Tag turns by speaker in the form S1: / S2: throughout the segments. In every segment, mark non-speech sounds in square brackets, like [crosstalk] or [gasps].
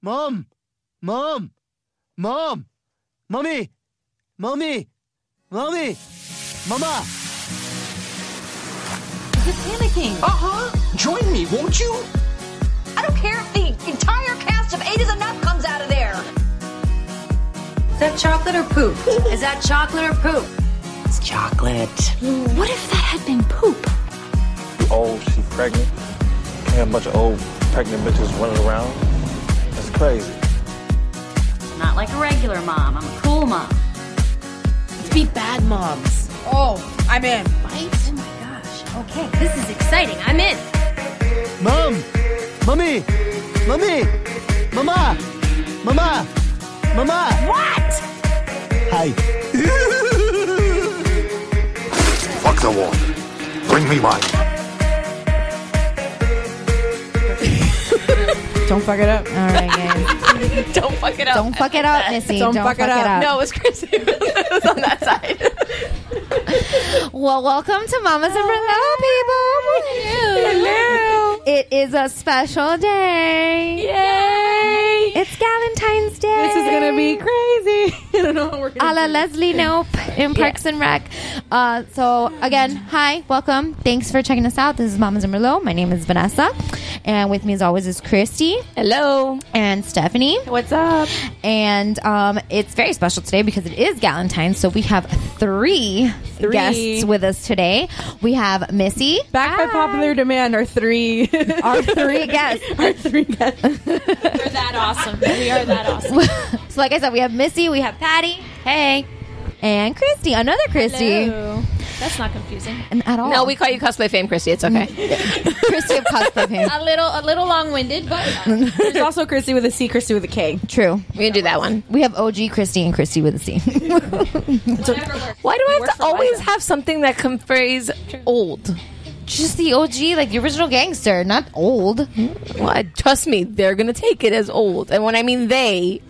S1: Mom! Mom! Mom! Mommy! Mommy! Mommy! Mama!
S2: You're panicking.
S3: Uh-huh. Join me, won't you?
S2: I don't care if the entire cast of Eight is Enough comes out of there. Is that chocolate or poop? Is that chocolate or poop?
S3: It's chocolate.
S2: What if that had been poop?
S4: old, she pregnant. And a bunch of old pregnant bitches running around. That's crazy.
S2: Not like a regular mom. I'm a cool mom.
S5: Let's be bad moms.
S6: Oh, I'm in.
S2: Oh my gosh. Okay, this is exciting. I'm in.
S1: Mom! Mommy! Mommy! Mama! Mama! Mama!
S2: What?
S1: Hi.
S7: Fuck the water. Bring me mine.
S5: Don't fuck it up.
S8: All right, guys.
S6: Don't fuck it up.
S8: Don't fuck it up, Missy.
S6: Don't fuck, it, up. No, it was
S5: [laughs]
S6: crazy. it was on that [laughs] side.
S8: Well, welcome to Mamas and Hello, people.
S6: Hello.
S8: It is a special day.
S6: Yay.
S8: It's Valentine's Day.
S5: This is gonna be crazy. [laughs] I don't know what we're
S8: a
S5: gonna.
S8: la Leslie Nope in Parks and Rec. Uh, so again, hi, welcome, thanks for checking us out. This is Mamas and Merlot. My name is Vanessa, and with me as always is Christy
S6: Hello.
S8: and Stephanie.
S5: What's up?
S8: And um, it's very special today because it is Valentine's. So we have three,
S5: Three.
S8: guests with us today. We have Missy,
S5: Back by popular demand are three.
S8: our
S6: [laughs]
S8: three guests. [laughs]
S5: Our three guests.
S6: We're that awesome. We are that awesome.
S8: so like I said, we have Missy, we have Patty, hey, and Christy, another Christy,
S9: That's not confusing.
S8: and at all.
S6: No, we call you cosplay fame, Christy. It's
S8: [laughs]
S6: okay.
S8: Christy of cosplay fame.
S9: A little, a little long-winded, but
S5: There's also Christy with a C, Christy with a K.
S8: True.
S6: We can do that one.
S8: We have OG Christy and Christy with a C.
S9: whatever works.
S6: Why do I have
S9: Works
S6: to
S9: for
S6: always
S9: Liza.
S6: have something that conveys old?
S8: [laughs] Just the OG, like the original gangster, not old.
S6: Well, I- trust me, they're gonna take it as old. And when I mean they,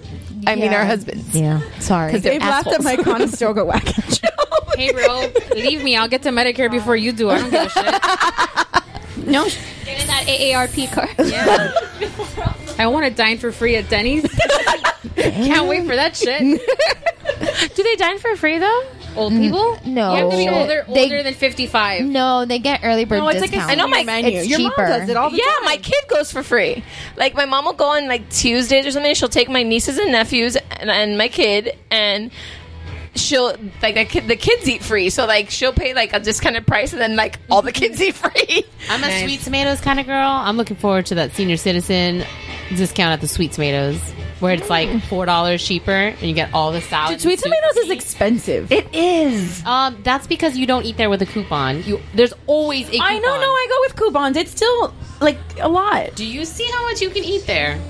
S6: I mean
S8: Yeah.
S6: our husbands.
S8: Yeah. Sorry.
S6: 'Cause
S5: They've laughed at
S6: assholes.
S5: my Conestoga wagon
S6: [laughs]
S5: joke.
S9: Hey, bro, leave me. I'll get to Medicare before you do. I don't give a shit. No, get in that AARP [laughs] card. Yeah. I want to dine for free at
S5: [laughs]
S9: Denny's. Can't wait for that shit. do they dine for free though? Old people?
S5: Mm,
S8: no.
S9: you have to be older,
S8: They-
S9: older than fifty-five.
S8: No, they get early bird
S5: No, it's like a
S8: discount.
S6: I know my-
S5: menu.
S8: It's
S5: Your
S8: cheaper.
S5: mom does it all the
S6: yeah,
S5: time.
S6: my kid goes for free. Like my mom will go on like Tuesdays or something. She'll take my nieces and nephews and, and my kid, and she'll like the kid. The kids eat free, so like she'll pay like a discounted price, and then like all the kids eat free.
S10: I'm a sweet tomatoes kind of girl. I'm looking forward to that senior citizen discount at the sweet tomatoes, where it's like four dollars cheaper and you get all the salad. and
S5: Mm. Sweet
S10: soup.
S5: tomatoes is expensive.
S6: It is.
S10: Um, that's because you don't eat there with a coupon. You there's always a coupon.
S5: I know, no, I go with coupons. It's still like a lot.
S10: Do you see how much you can eat there?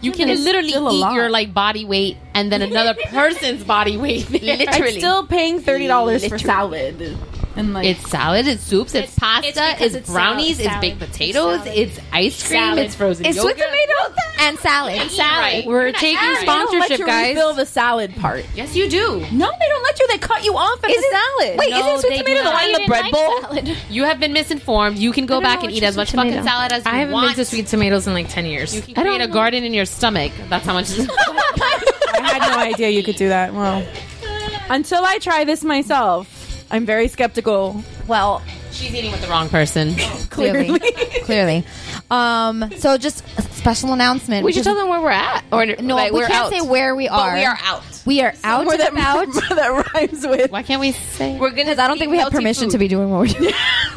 S10: You can
S5: but it's
S10: literally
S5: still a lot.
S10: eat your like body weight and
S5: [laughs]
S10: then another person's body weight. there.
S5: I'm
S6: Literally.
S5: still paying thirty dollars for salad. And like
S10: It's salad, it's soups, it's,
S9: It's-
S10: pasta,
S9: it's
S10: it's,
S9: because it's
S10: brownies,
S9: salad,
S10: it's baked
S9: salad,
S10: potatoes,
S9: salad.
S10: it's ice cream,
S9: Salad.
S10: it's frozen
S8: It's
S10: yogurt.
S8: sweet tomatoes and salad.
S10: Salad.
S9: We're taking sponsorship, guys.
S5: Fill the salad part.
S10: Yes, you do.
S5: No, they don't let you. They cut you off at the salad.
S6: Wait, isn't sweet
S10: they do
S6: tomato the
S10: not.
S6: one in the
S9: even
S6: bread
S9: like
S6: bowl?
S9: salad.
S10: You have been misinformed. You can go
S9: don't
S10: back
S9: know
S10: and
S9: what
S10: eat
S9: your
S10: as much
S9: sweet tomato-
S10: fucking salad as you
S9: I haven't
S10: want.
S9: been to sweet tomatoes in like ten years.
S10: You can create a garden in your stomach. That's how much.
S5: I had no idea you could do that. Well, until I try this myself, I'm very skeptical.
S8: Well,
S10: She's eating with the wrong person.
S8: clearly. clearly. Um, so just a special announcement.
S6: [laughs] We should tell them where we're at, or
S8: no,
S6: like,
S8: we
S6: we're
S8: can't
S6: out.
S8: say where we
S6: But
S8: are.
S6: we are out.
S8: We are out and
S6: Somewhere that-
S8: about.
S6: [laughs]
S8: [laughs]
S10: that [laughs] rhymes with.
S9: Why can't we say?
S6: We're gonna.
S8: I don't think we have permission to be doing what we're
S6: [laughs]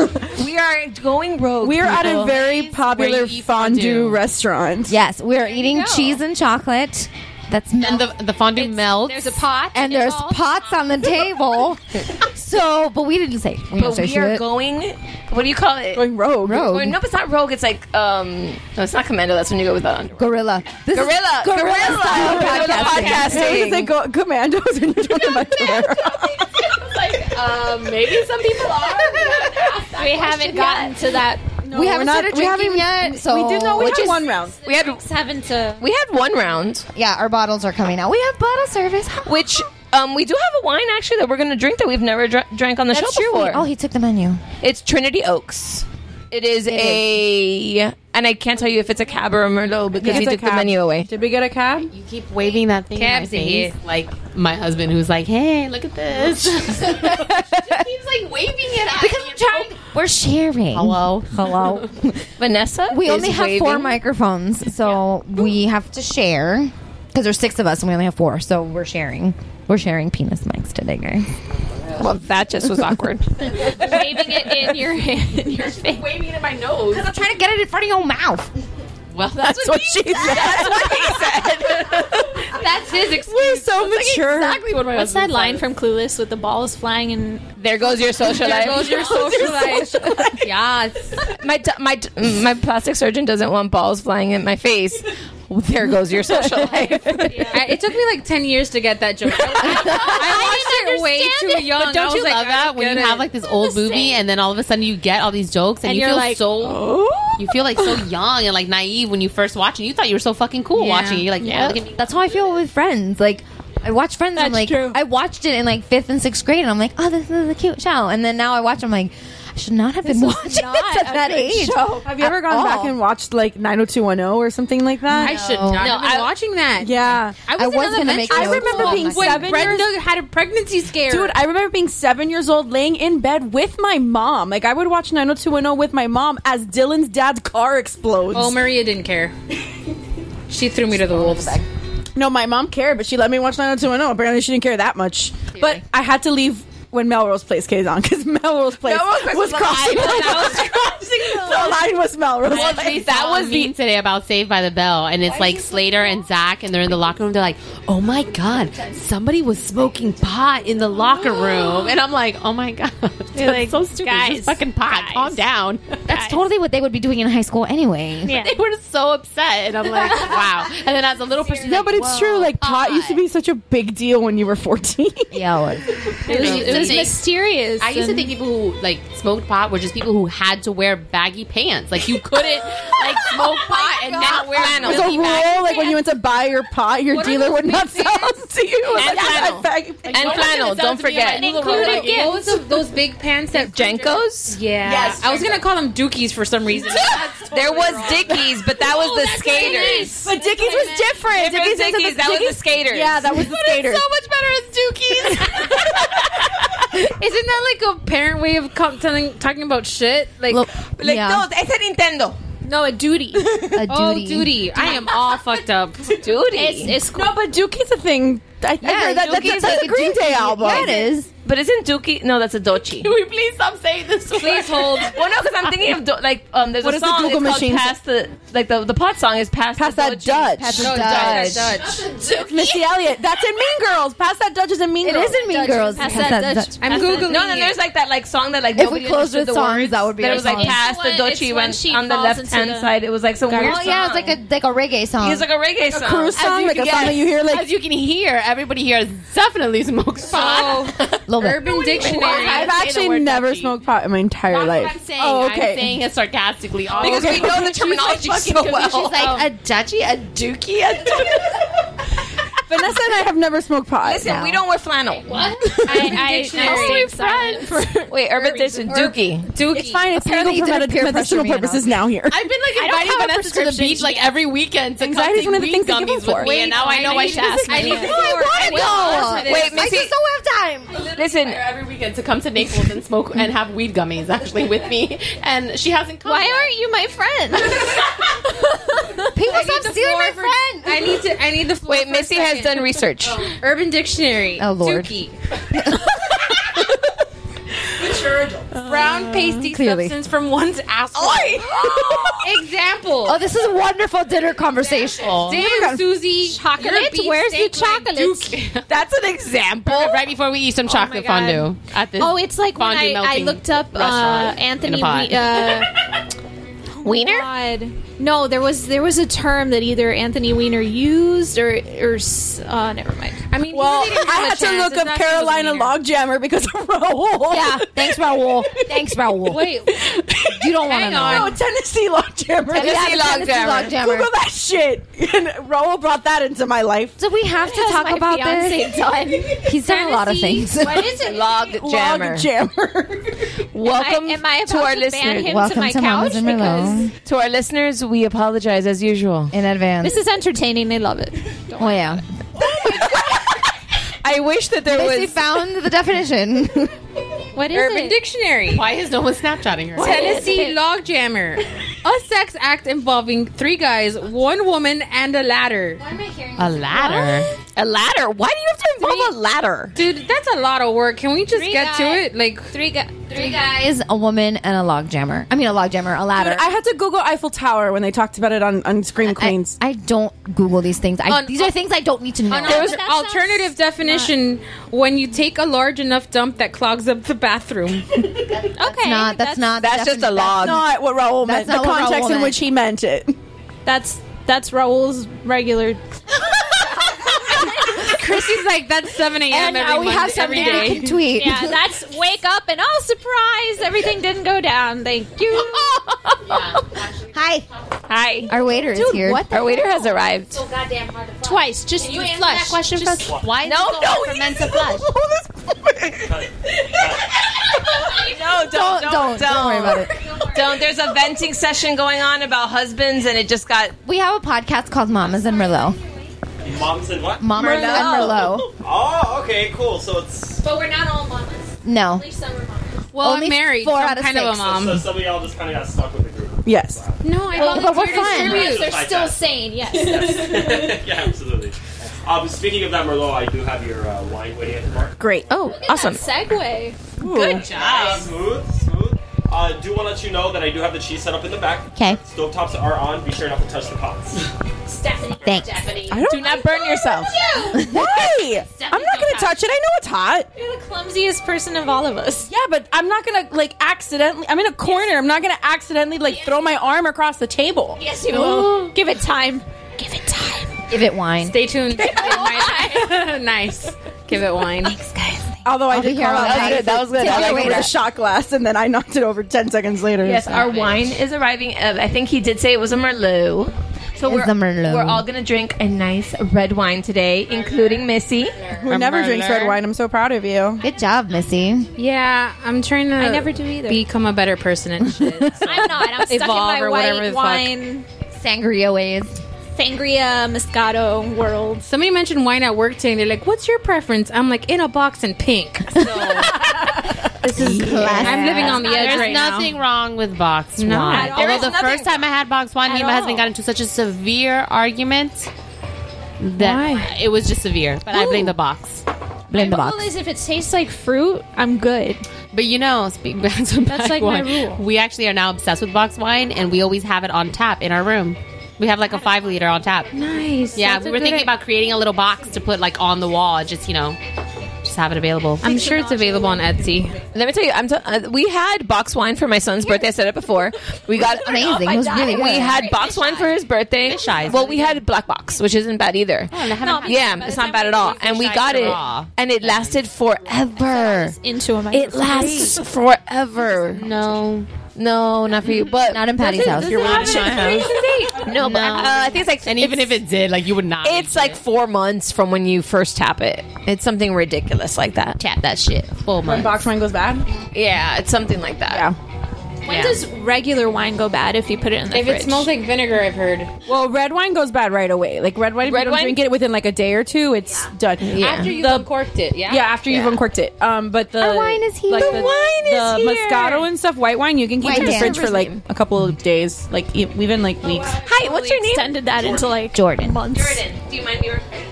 S8: doing.
S6: We are going rogue.
S10: We're at a
S6: people.
S10: very popular fondue restaurant.
S8: Yes, we're eating cheese and chocolate. That's and
S9: the, the fondue melts.
S8: There's a pot, and there's pots on the
S6: [laughs]
S8: table. so, but we didn't say. We didn't
S6: But
S8: say
S6: we are
S8: shit.
S6: going. What do you call it? Going
S10: rogue.
S8: Rogue.
S6: Going, nope, it's not rogue. It's like um. No, it's not commando. That's when you go without underwear.
S8: Gorilla. This is
S6: Gorilla.
S8: Gorilla style
S6: Gorilla
S10: podcasting.
S6: podcasting.
S10: Is it go- commandos when you're talking about Twitter?
S8: [laughs]
S6: like, um, maybe some people are.
S11: We haven't gotten to that.
S8: we haven't started drinking yet. So which is-
S10: round.
S6: We had
S11: seven to.
S6: We had one round.
S8: Yeah, our bottles are coming out. We have bottle service,
S6: which um, we do have a wine actually that we're going to drink that we've never dra- drank on the
S8: That's
S6: show
S8: true.
S6: before.
S8: Oh, he took the menu.
S6: It's Trinity Oaks. It is a, and I can't tell you if it's a cab or a merlot because he took the menu away.
S5: Did we get a cab? You
S9: keep waving that thing. in my face. Like my husband, who's like, "Hey, look at this."
S11: He's like waving it at
S8: Because I'm trying. We're sharing. Hello, hello.
S6: Vanessa,
S8: We
S6: is
S8: only have four
S6: waving.
S8: microphones, so we have to share. Because there's six of us, and we only have four, so we're sharing. We're sharing penis mics today, guys.
S6: Well, that just was
S8: [laughs]
S6: awkward.
S11: waving it in your hand, in your face.
S6: Waving it in my nose.
S8: I'm trying to get it in front of your mouth.
S9: Well,
S11: that's,
S10: what she said.
S11: That's
S6: what he
S11: said. [laughs] that's his excuse. We're
S10: so mature.
S11: exactly what my What's that
S10: husband
S11: line from Clueless with the balls flying and
S6: there goes your social life.
S11: There goes
S6: [laughs]
S11: your social life. yes.
S6: my t- my t- my plastic surgeon doesn't want balls flying in my face. There goes
S11: [laughs]
S6: your social life.
S11: I, it took me like ten years to get that joke.
S6: [laughs]
S11: I, I, watched it way too young.
S9: [laughs] But
S11: I
S9: don't
S11: was
S9: you
S11: like,
S9: love
S11: I
S9: that
S11: don't
S9: when
S11: get
S9: you
S11: it.
S9: have like this
S6: [laughs]
S9: old movie and then all of a sudden you get all these jokes and,
S11: And
S9: you
S11: you're
S9: feel
S11: like,
S9: so
S10: "Oh."
S9: you feel like so young and like naive when you first watch it. You thought you were so fucking cool
S8: Yeah.
S9: watching it. You're like, yeah, look at me.
S8: That's how I feel with Friends. Like, I watch Friends. I'm like, I watched it in like fifth and sixth grade, and I'm like, oh, this is a cute show. And then now I watch, I'm like, I should not have been watching this at that age.
S10: Have you ever
S8: at
S10: gone back
S8: all.
S10: and watched like 90210 or something like that?
S11: I should not have been watching that.
S10: Yeah,
S11: I was, in elementary
S10: I
S11: school
S10: remember being
S11: when
S10: seven
S11: Brenda
S10: years.
S11: had a pregnancy scare.
S10: Dude, I remember being seven years old, laying in bed with my mom. Like I would watch 90210 with my mom as Dylan's dad's car explodes.
S11: oh, Maria didn't care. she threw me to the wolves.
S10: No, my mom cared, but she let me watch 90210. Apparently, she didn't care that much. But I had to leave when Melrose Place came on because [laughs] Melrose Place
S11: Melrose Place
S10: was
S11: was
S10: crossing.
S11: the line.
S10: the line. [laughs] The line was Melrose.
S9: That
S10: Place.
S9: that was me today about Saved by the Bell, and it's like Slater and Zach, and they're in the locker room. They're like, "Oh my god, somebody was smoking pot in the locker room," and I'm like, "Oh my god, [laughs] that's
S11: like,
S9: so stupid! It's just fucking pot,
S11: [laughs]
S9: calm down."
S8: That's totally what they would be doing in high school anyway.
S9: [laughs] They were so upset, and I'm
S11: [laughs]
S9: like, "Wow!" And then as a little person,
S10: No, but it's true. Like pot used to be such a big deal when you were fourteen. [laughs]
S8: Yeah,
S9: It was, it was
S11: mysterious.
S9: I used to
S11: and-
S9: think people who like smoked pot were just people who had to wear baggy pants. Like you couldn't
S11: [laughs]
S9: like smoke
S11: Oh
S6: Oh
S9: pot and not wear
S10: It was a
S9: really
S10: rule.
S9: baggy
S10: Like when you went to buy your pot, your
S9: What are
S10: dealer
S9: those
S10: would not
S9: big
S10: sell it to you. It was
S9: And
S10: like, I
S9: flannel.
S10: got baggy
S9: Like,
S10: pants.
S9: no one's gonna sell it to me in my
S6: And
S9: new
S6: included
S9: little
S6: gifts.
S9: roll.
S11: Those of those big pants that
S6: Jenkos?
S11: Yeah,
S6: Yes,
S11: I was gonna call them Dookies for some
S6: [laughs]
S11: reason.
S6: there was Dickies, but that was the skaters.
S10: But Dickies was different.
S6: Different
S10: Dickies,
S6: Dickies, that was the skaters.
S10: Yeah, that was the skaters.
S9: much better as Dookies.
S6: [laughs]
S11: Isn't that like a parent way of com- telling, talking about shit? Like,
S6: Like, no, I said Nintendo.
S11: No, a
S9: [laughs]
S11: duty.
S8: a
S11: Oh, duty. I am all fucked up. Duty. It's, it's
S10: no, but Dookie's a thing. I, I heard that, that's,
S6: Dookie's
S10: that's a
S6: like a
S10: Green Day album.
S6: Yeah, it is. But isn't Dookie? No, that's a Dochi. Can
S9: we please stop saying [laughs] this?
S11: Please hold.
S6: [laughs] Well, no, because I'm thinking of do- like um, there's
S10: What
S6: a
S10: is the
S6: song.
S10: Google
S6: it's called
S10: machine?
S6: Past the like the the pot song is past
S10: Pass
S6: the
S10: that
S6: Dochi.
S10: Dutch.
S6: Past the
S10: No,
S6: Dutch.
S10: Dutch. Missy Elliott. That's in Mean Girls. Pass that Dutch is in Mean
S8: It
S10: Girls.
S8: is in Mean Dutch. Girls. Pass Pass that that Dutch. Dutch.
S11: I'm
S6: Pass the-
S11: Googling
S6: No, no,
S11: it.
S6: there's like that like song that like
S8: If we
S6: nobody
S8: closed
S6: understood
S8: with
S6: the
S8: songs,
S6: words.
S8: that would be
S6: That
S8: our
S6: it was like
S8: song.
S6: past
S11: It's
S6: the
S11: when- it's
S6: Dochi
S11: when
S6: went
S11: she
S6: on the
S11: falls
S6: left
S11: into
S6: hand
S11: the-
S6: side. It was like some weird.
S8: Oh yeah, it's
S6: song.
S8: like a um, like a reggae song.
S6: It's like a reggae song.
S10: cruise song, like a song that you hear like
S9: As you can hear, everybody here has definitely smokes pot.
S11: Urban Dictionary.
S10: I've actually never smoked pot in my entire life.
S9: I'm saying,
S10: oh, okay.
S9: I'm saying it sarcastically. Oh. all
S6: Because
S9: over.
S6: we know the
S9: She's like
S6: terminology
S9: [laughs] fucking
S6: so
S9: confused.
S6: well.
S9: She's like,
S8: a duchy, a dookie, a
S10: Vanessa and I have never smoked pot.
S6: Listen, [laughs] we don't wear flannel. What? I, I,
S10: Dictionary.
S6: friend. For, wait, Urban Dictionary. Dookie.
S10: Dookie. It's fine. It's legal for medi- medicinal purposes now here.
S9: I've been like
S6: don't
S9: inviting
S6: have a
S9: Vanessa to the
S6: prescription
S9: beach like every weekend. To
S10: Anxiety is one of the things they give them for.
S9: Me, and now I know [laughs] I should ask.
S6: I need to go. Wait, Missy.
S9: I just don't have time. Listen, every weekend to come to Naples and smoke and have weed gummies actually with me, and she hasn't come. Why aren't you my
S2: [laughs]
S9: friend?
S8: People
S6: stop stealing my friend.
S2: I need to. I need the floor.
S6: Wait, Missy has done
S2: [laughs]
S6: research.
S2: Oh. Urban Dictionary.
S6: Oh, Lord.
S2: Dookie. Brown pasty
S8: clearly.
S2: substance from one's asshole.
S10: [laughs]
S2: Example.
S8: Oh, this is a wonderful dinner conversation.
S2: Oh, Damn, Susie.
S9: Chocolate? Where's the
S2: chocolate?
S6: That's an example.
S9: Right before we eat some chocolate
S2: God.
S9: fondue at this.
S2: [laughs] Oh, it's like when
S9: fondue
S2: I, I
S9: melting
S2: looked up uh,
S9: restaurant
S2: Anthony
S9: in a pot.
S2: We- uh, Wiener. God. No, there was there was a term that either Anthony Weiner used or or s- uh, never mind. I mean,
S10: Well, Oh, I had to look up Carolina Logjammer because of Raul.
S8: [laughs] Yeah, thanks, Raul. Thanks, Raul.
S2: Wait,
S8: you don't want to know.
S10: No, [laughs] Tennessee Logjammer.
S8: Tennessee Yeah, the Tennessee Logjammer. Logjammer.
S10: Google that shit. And Raul brought that into my life.
S8: So we have to
S2: Has
S8: talk
S2: my
S8: about this.
S2: fiancé done?
S8: He's done a lot of
S2: Tennessee,
S8: things.
S2: What is it? Log
S6: Jammer.
S10: [laughs]
S6: Welcome
S2: Am I- am I
S6: to
S2: about
S6: our
S2: to ban
S6: listeners.
S2: him to Welcome my to Mamas couch? and Merlot.
S6: To our listeners, we apologize as usual
S8: in advance.
S2: This is entertaining. They love it.
S8: Oh yeah.
S6: I wish that there
S8: Missy
S6: was
S8: found the [laughs] definition.
S2: What is
S9: Urban
S2: it? Dictionary.
S9: Why is no one Snapchatting her?
S2: Tennessee logjammer. [laughs] A sex act involving three guys, one woman, and a ladder.
S9: A ladder.
S6: a ladder. Why do you have to involve a ladder?
S2: Dude, that's a lot of work. Can we just get
S9: guy-
S2: to it? Like
S9: Three guys.
S2: three
S8: Is a woman and a log jammer. I mean, a log jammer, a ladder.
S10: Dude, I had to Google Eiffel Tower when they talked about it on, on Scream Queens.
S8: I don't Google these things. I,
S2: On-
S8: these are things I don't need to know.
S2: There was alternative definition when you take a large enough dump that clogs up the bathroom. [laughs]
S8: That's not. That's, not. That's just a
S10: That's not what Raul
S8: That's
S10: meant.
S8: not
S10: The
S8: what Raoul
S10: context in
S8: meant.
S10: which he meant it.
S2: That's that's Raul's regular. Chrissy's like that's seven a.m.
S8: And
S2: every
S8: now Uh, we
S2: month-
S8: have something
S2: every
S8: we
S2: day."
S8: can tweet.
S2: [laughs] Yeah, that's wake up and oh surprise, everything didn't go down. Thank [laughs] you. [laughs]
S8: Hi.
S6: Hi.
S8: Our waiter is here.
S6: Our waiter has arrived.
S2: goddamn hard to Twice, just you flush. that question
S9: Just-
S2: first?
S9: why is
S6: No,
S9: it
S8: Oh,
S9: so
S6: no,
S9: hard for
S6: you-
S9: men to
S8: [laughs]
S9: flush?
S6: No,
S8: Don't- don't- don't worry about it.
S6: Don't. There's a venting session going on about husbands, and it just got
S8: We have a podcast called Mamas and Merlot.
S4: Moms and what?
S8: Mamas and Merlot.
S4: Oh, okay, cool. So it's
S2: But we're not all mamas.
S8: No.
S2: Well,
S8: Only
S2: I'm married.
S8: four
S2: so I'm
S8: out of
S2: kind of
S8: six.
S2: a mom.
S4: so some of y'all just kind of got stuck with the group. [laughs]
S10: Yes.
S2: No, I
S8: Well, but we're
S2: volunteer to
S8: fine.
S2: contribute.
S4: They're Like still that.
S2: sane. Yes.
S4: yeah, absolutely. Um, speaking of that Merlot, I do have your uh, wine waiting at the bar.
S10: Great.
S6: Oh, awesome.
S2: Segway.
S4: Good job. Smooth, smooth. Uh, do want to let you know that I do have the cheese set up in the back.
S8: Okay.
S4: Stovetops are on. Be sure not to touch
S6: [laughs]
S4: the pots.
S2: Stephanie.
S8: Thanks.
S2: Stephanie.
S10: I don't, do
S6: not burn yourself.
S10: [laughs] Why? I'm not going to touch it. I know it's hot.
S2: You're the clumsiest person of all of us.
S10: Yeah, but I'm not going to, like, accidentally. I'm in a corner. I'm not going to accidentally, like, throw my arm across the table.
S2: Yes, you
S10: [gasps]
S2: will. Give it time. Give it time.
S8: Give it wine.
S9: Stay [laughs] tuned. nice. Give it wine.
S10: Although I
S8: I'll be
S10: did
S8: here
S10: call
S8: all
S10: out
S8: night.
S10: that,
S8: That was good. I
S10: Taking
S8: like
S10: over
S8: that.
S10: the shot glass, and then I knocked it over ten seconds later.
S6: Yes, our wine is arriving. Uh, I think he did say it was a Merlot. So
S8: It's
S6: we're,
S8: a Merlot.
S6: we're all going to drink a nice red wine today, including Missy.
S10: Who never drinks red wine? I'm so proud of you.
S8: Good job, Missy.
S11: Yeah, I'm trying to.
S2: I never do either.
S11: Become a better person and
S6: [laughs]
S11: shit.
S2: I'm not. I'm stuck
S11: Evolve
S2: in my
S11: or whatever the
S2: white
S11: fuck.
S2: wine,
S8: Sangria ways.
S2: sangria, moscato world.
S11: Somebody mentioned wine at work today, and they're like, "What's your preference?" I'm like, "In a box and
S6: [laughs]
S11: pink." So this is
S8: Classic.
S11: I'm living on the edge
S9: There's
S11: right
S9: nothing wrong with box
S11: No,
S9: wine.
S11: at all.
S9: Although
S11: There
S9: the
S11: is nothing
S9: first time I had box wine, me and my husband got into such a severe argument that
S11: Why?
S9: it was just severe. But I blame the box.
S8: Blame the
S2: My
S8: box.
S2: rule is if it tastes like fruit, I'm good.
S9: But you know, speaking [laughs] back to
S2: That's
S9: back
S2: like my
S9: wine,
S2: rule.
S9: we actually are now obsessed with box wine, and we always have it on tap in our room. We have like a five liter on tap.
S2: Nice.
S9: Yeah,
S2: That's
S9: we
S2: a
S9: were
S2: good
S9: thinking
S2: i-
S9: about creating a little box to put like on the wall, just you know, just have it available.
S11: I'm sure it's available on Etsy.
S6: Let me tell you, I'm t- uh, we had box wine for my son's birthday. I said it before. We got
S8: Amazing. It was really good.
S6: We had box wine for his birthday. Well, we had black box, which isn't bad either.
S2: No, had
S6: yeah, it's not bad at all. And we got it,
S9: raw.
S6: and it lasted forever.
S2: into a microphone.
S6: It lasts forever.
S9: No,
S6: No, not for you. But
S8: Not in Patty's Does it- house. does
S6: You're
S8: it
S6: really
S8: have an
S6: No, but uh, I think it's like. And even if
S9: it did, like you would not.
S6: It's like four months from when you first tap it. It's something ridiculous like that.
S9: Tap that shit. Four
S10: When box wine goes bad.
S6: Yeah, it's something like that. Yeah.
S2: When does regular wine go bad if you put it in the
S11: If
S2: fridge?
S11: it smells like vinegar, I've heard.
S10: Well, red wine goes bad right away. Like red wine, if
S11: Red
S10: you don't
S11: wine-
S10: drink it within like a day or two, it's done.
S11: After you've uncorked it, yeah.
S10: yeah, after you've uncorked it. Um, but the
S11: Our wine is here.
S10: Like
S11: The wine
S10: the
S11: is here.
S10: Moscato and stuff, white wine, you can keep
S11: White
S10: in the
S11: wine.
S10: fridge for like a couple of days, like e- even like [laughs] weeks.
S6: Hi, what's your name? Extended
S2: that
S4: into,
S2: like
S8: Jordan.
S2: months.
S6: Jordan, do you mind being recorded?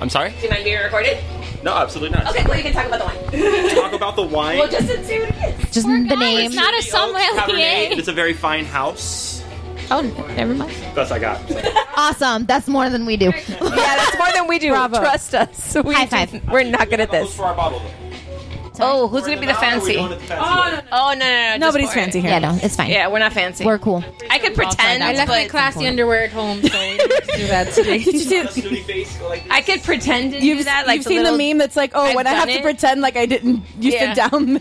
S4: I'm sorry?
S6: Do you mind being recorded?
S4: No, absolutely not.
S6: Okay, well you can talk about the
S2: [laughs]
S6: wine.
S4: Talk about the wine.
S6: Well, just say what it is.
S8: Just the name.
S2: It's not a
S4: Cabernet.
S2: sommelier.
S4: It's a very fine house.
S2: Oh, never mind.
S4: That's I got.
S8: Awesome. That's more than we do. [laughs]
S6: Yeah, that's more than we do. Trust us. We High five. We're not good at this. Oh, who's going to be the fancy? Oh, no, no, no.
S8: Nobody's fancy here. Yeah, no, it's fine.
S6: Yeah, we're not fancy.
S8: We're cool.
S6: I could pretend,
S11: I left my
S6: but
S11: classy underwear at home, so we didn't do that today.
S10: [laughs] Did you see
S6: [laughs] I could pretend to do
S10: [laughs] You've,
S6: that. Like
S10: you've seen the
S6: little-
S10: meme that's like, oh,
S6: I've
S10: when I
S6: done
S10: have
S6: it.
S10: to pretend like I didn't, you
S6: Yeah.
S10: sit down.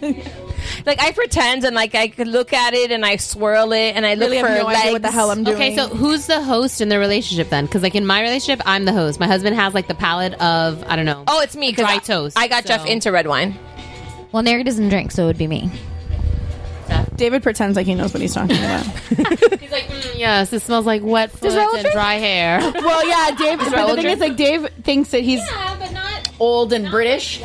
S6: Like I pretend and like I could look at it and I swirl it and I look
S10: Really have
S6: for
S10: no
S6: legs.
S10: idea what the hell I'm
S9: Okay, so who's the host in the relationship then? Because like in my relationship, I'm the host. My husband has like the palate of I don't know.
S6: Oh, it's me. 'cause
S9: Dry
S6: I-
S9: toast,
S6: I got
S9: so-
S6: Jeff into red [laughs] wine.
S8: Well, Nary doesn't drink, so it would be me.
S10: David pretends like he knows what he's talking [laughs] about.
S9: "Mm, yes, it smells like wet foot
S10: Raoul
S9: and dry [laughs] hair.
S10: well, yeah, Dave.
S9: Does
S10: But
S9: Raoul
S10: the
S9: drink?
S10: thing is, like, Dave thinks that he's old and British.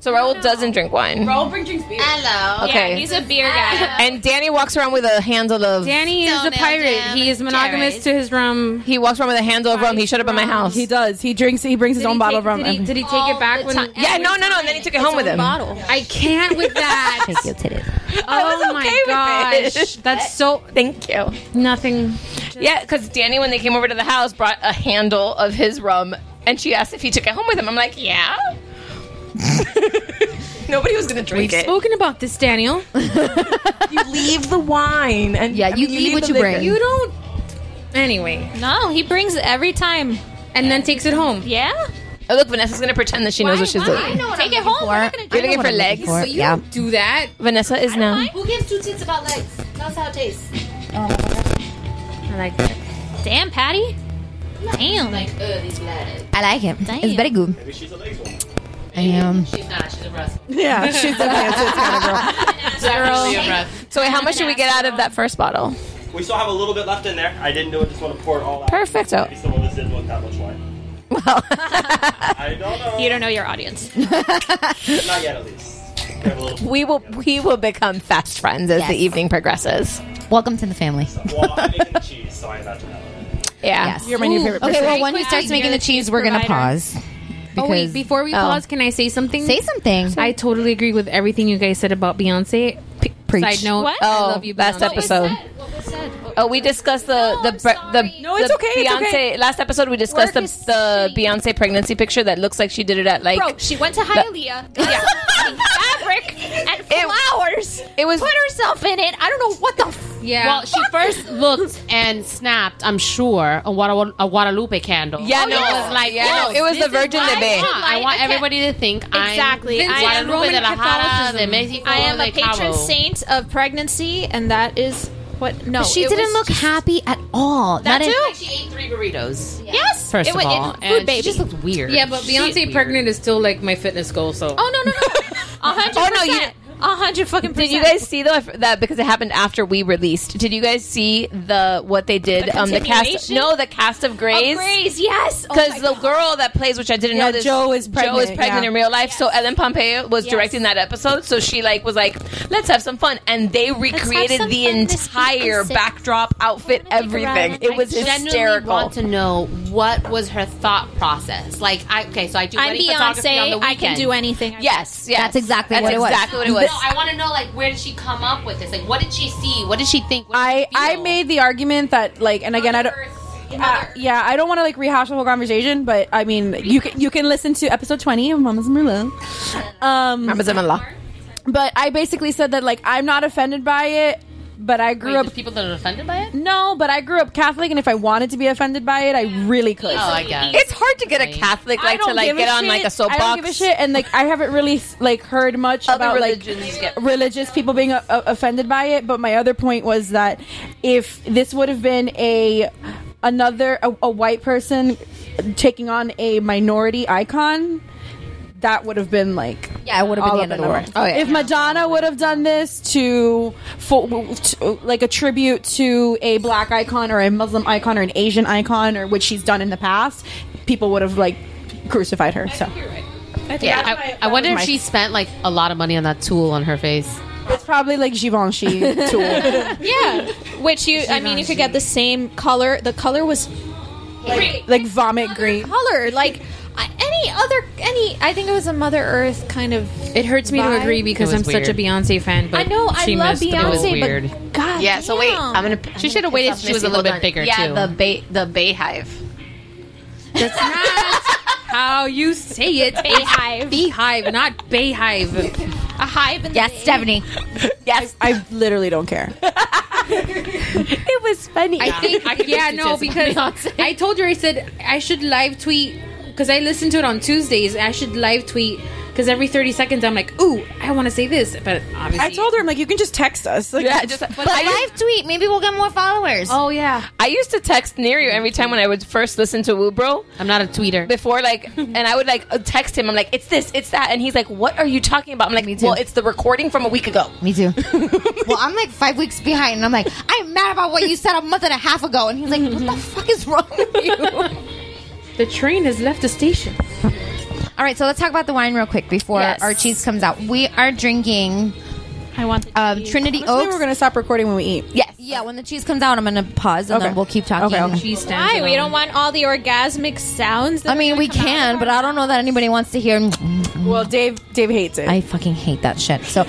S6: So Raul doesn't drink wine.
S11: Raul brings drinks beer. Hello.
S6: Okay.
S11: he's a beer guy.
S6: And Danny walks around with a handle of.
S11: Danny is a pirate. He is monogamous to his rum.
S6: He walks around with a handle of rum. He showed up at my house.
S10: He does. He drinks. He brings his own bottle of rum.
S11: Did he, did he take it back when?
S6: yeah, no, no, no. And then he took it home with him.
S11: I can't with that.
S8: Take your titties.
S11: oh my
S6: with
S11: gosh, that's so.
S6: [laughs] Thank you.
S11: Nothing.
S6: Yeah, because Danny, when they came over to the house, brought a handle of his rum, and she asked if he took it home with him. I'm like, yeah. [laughs] Nobody was gonna drink
S11: We've
S6: it.
S11: spoken about this, Daniel.
S6: [laughs] you [laughs] leave the wine, and
S8: yeah, you leave what you bring.
S11: You don't. Anyway,
S2: No, Oh, he brings it every time.
S11: and then takes it home.
S2: Yeah.
S6: Oh, look, Vanessa's gonna pretend that she knows what she's doing.
S2: know Take it home. We're not gonna
S6: You're
S2: drink
S6: looking
S2: it.
S6: for legs.
S8: for. Yeah.
S11: Do that.
S6: Vanessa is now.
S2: Who gives two tits about legs? That's how it tastes.
S11: I like that.
S2: Damn, Patty. Damn.
S8: I like him. It's very good.
S4: Maybe she's a legs woman.
S8: I am.
S9: She's not. She's a Russell.
S10: Yeah, she's definitely a tits kind of girl.
S6: So wait, how much did we get out of that first bottle?
S4: We still have a little bit left in there. I didn't do it. Just want to pour it all out.
S6: Perfect.
S4: Maybe someone just didn't want that much wine. Well, [laughs] I don't know.
S2: You don't know your audience.
S4: Not yet, at least. We have a little-
S6: We will we will become fast friends as
S8: Yes.
S6: the evening progresses.
S8: Welcome to the family.
S4: Well, I'm making the cheese, so I imagine that one.
S6: Yeah.
S11: Uh,
S8: Yes.
S10: You're my new favorite
S8: Okay,
S10: person.
S8: well, when he
S11: Quick,
S8: starts
S11: quick,
S8: making
S11: you're
S8: the
S11: the
S8: cheese,
S11: cheese
S8: we're going to
S11: provider.
S8: pause.
S11: Oh
S8: Because
S11: wait, before we
S6: Oh.
S11: pause, can I say something?
S8: say something.
S11: I totally agree with everything you guys said about Beyonce. P-
S8: Preach.
S11: Side note,
S2: What?
S11: I
S6: Oh,
S11: love you,
S6: last
S11: Beyonce.
S6: episode. Oh, we discussed the the br- the
S10: No, it's
S6: the
S10: okay, it's
S6: Beyonce
S10: okay.
S6: last episode. We discussed the,
S2: Work is
S6: the Beyonce pregnancy picture that looks like she did it at like
S2: Bro, she went to Hialeah, got some fucking fabric and flowers,
S6: it was
S2: put herself in it. I don't know what the. F-
S11: Yeah.
S9: Well, she first looked and snapped, I'm sure, a, Guada- a Guadalupe candle. Oh,
S6: yeah no
S2: yeah.
S6: it was like yeah
S2: Yes,
S6: no it was the Virgin
S9: I
S6: Lebe.
S9: want, I
S2: Like,
S9: want
S2: I can't-
S9: everybody to think
S2: Exactly.
S9: I'm
S2: I am
S9: Guadalupe
S11: Roman
S9: de la Jara
S11: Catholicism.
S9: de Mexico
S2: I am
S9: de
S2: a patron
S9: Cabo.
S2: saint of pregnancy, and that is what. No,
S8: But she
S2: it
S8: didn't
S2: was
S8: look
S2: just-
S8: happy at all.
S2: That
S8: Not in-
S2: too.
S9: She ate three burritos.
S2: Yes,
S9: First
S2: it
S9: of
S2: was,
S9: all,
S2: it,
S9: and
S2: food Oh, baby.
S9: she just looked weird.
S11: Yeah, but Beyonce
S9: She's
S11: pregnant
S9: weird.
S11: is still like my fitness goal. So
S2: [laughs] oh no, no, no, a hundred.
S6: Oh, no, you-
S2: percent. a hundred fucking.
S6: Did
S2: Percent.
S6: you guys see though if- that because it happened after we released? Did you guys see the what they did?
S2: The
S6: um, the cast
S2: continuation?
S6: no, the cast of
S2: Oh,
S6: Grays.
S2: Grace, yes, Oh,
S6: Because the girl that plays, which I didn't
S10: Yeah,
S6: know, this
S10: Joe is
S6: Joe is
S10: pregnant,
S6: pregnant
S10: yeah.
S6: in real life. So Ellen Pompeo was
S2: Yes.
S6: directing that episode. So she like was like, "Let's have some fun," and they recreated
S2: some
S6: the
S2: fun this week. I'm
S6: entire
S2: sick.
S6: backdrop, outfit, everything.
S2: around.
S6: It was
S9: I genuinely
S6: hysterical.
S9: want to know what was her thought process. Like, I okay, so I do
S2: I'm
S9: wedding photography on the
S2: Beyonce. I
S9: weekend.
S2: can do anything. I
S6: yes, yes,
S8: That's exactly
S6: That's
S8: what it was.
S6: exactly what it
S9: No,
S6: was.
S9: I want to know like where did she come up with this? Like, what did she see? What did she think? What did
S10: I
S9: she
S10: I
S9: feel?
S10: made the argument that like, and again, I don't. Uh, yeah, I don't want to like rehash the whole conversation, but I mean, you can you can listen to episode twenty of Mama's Merlot. Um,
S6: Mamas in law.
S10: but I basically said that like I'm not offended by it. but I grew
S9: Wait,
S10: up.
S9: there's people that are offended by it.
S10: No, but I grew up Catholic, and if I wanted to be offended by it, I really could.
S9: Oh, I guess.
S6: It's hard to get a Catholic
S10: I
S6: like to
S10: don't
S6: like
S10: give a
S6: get on
S10: shit.
S6: like a
S10: I don't give a
S6: soapbox.
S10: shit, and like I haven't really like heard much
S6: Other
S10: about
S6: religions
S10: like
S6: get-
S10: religious people being uh, offended by it. But my other point was that if this would have been a another a, a white person taking on a minority icon. That would have been like
S8: Yeah, it would have been
S10: all
S8: the
S10: up
S8: end of
S10: in
S8: the world. Oh, yeah.
S10: If Madonna would have done this to, for, to like a tribute to a black icon or a Muslim icon or an Asian icon or what she's done in the past, people would have like crucified her. So
S9: yeah, I, I wonder if
S10: my-
S9: she spent like a lot of money on that tool on her face.
S10: it's probably like Givenchy
S8: [laughs]
S2: [laughs]
S10: tool.
S2: yeah, which you. I mean, you could get the same color. The color was
S10: like, like vomit green.
S2: color like I- any other any. I think it was a Mother Earth kind of.
S11: It hurts me
S2: vibe.
S11: to agree because
S9: It
S11: I'm
S9: was
S11: such a
S9: weird.
S11: Beyonce fan. But
S2: I know, I
S11: she
S2: love
S11: missed the boat.
S2: Beyonce, but God.
S3: Yeah. So wait,
S2: damn.
S3: I'm gonna. She should have
S9: waited till she was a little bit bigger,
S3: yeah,
S9: too.
S3: the bait, the bait hive.
S11: How you say it?
S9: [laughs]
S11: Beehive, beehive, not [laughs] beehive. A hive. In yes,
S8: Stephanie.
S10: Yes, I literally don't care.
S11: it was funny. I think,
S9: I could
S11: yeah,
S9: listen to
S11: no,
S9: some
S11: because I told her I said I should live tweet because I listen to it on Tuesdays. I should live tweet because every thirty seconds I'm like, ooh, I want to say this, but obviously,
S10: I told her, I'm like, you can just text us. Like,
S6: Yeah, just-
S8: But live tweet, maybe we'll get more followers.
S11: Oh yeah.
S6: I used to text near you every time when I would first listen to Woo Bro.
S9: I'm not a tweeter.
S6: Before, like, [laughs] and I would like text him. I'm like, it's this, it's that, and he's like, what are you talking about? I'm like, well, it's the recording from a week ago.
S8: Me too. [laughs] well, I'm like five weeks behind, and I'm like, I'm mad about what you said a month and a half ago. And he's like, What the fuck is wrong with you?
S11: the train has left the station.
S8: All right, so let's talk about the wine real quick before
S11: Yes.
S8: our cheese comes out. We are drinking.
S11: I want
S2: Uh,
S8: um, Trinity
S10: Honestly,
S8: Oaks.
S10: we're gonna stop recording when we eat.
S8: Yes. Yeah, when the cheese comes out, I'm gonna pause and
S10: Okay.
S8: then we'll keep talking.
S10: Okay, okay.
S11: Cheese stands
S2: Why? We don't want all the orgasmic sounds.
S8: I mean, we can, but I don't know that anybody wants to hear.
S10: Well, Dave, Dave hates it.
S8: I fucking hate that shit.
S9: [laughs]
S8: So,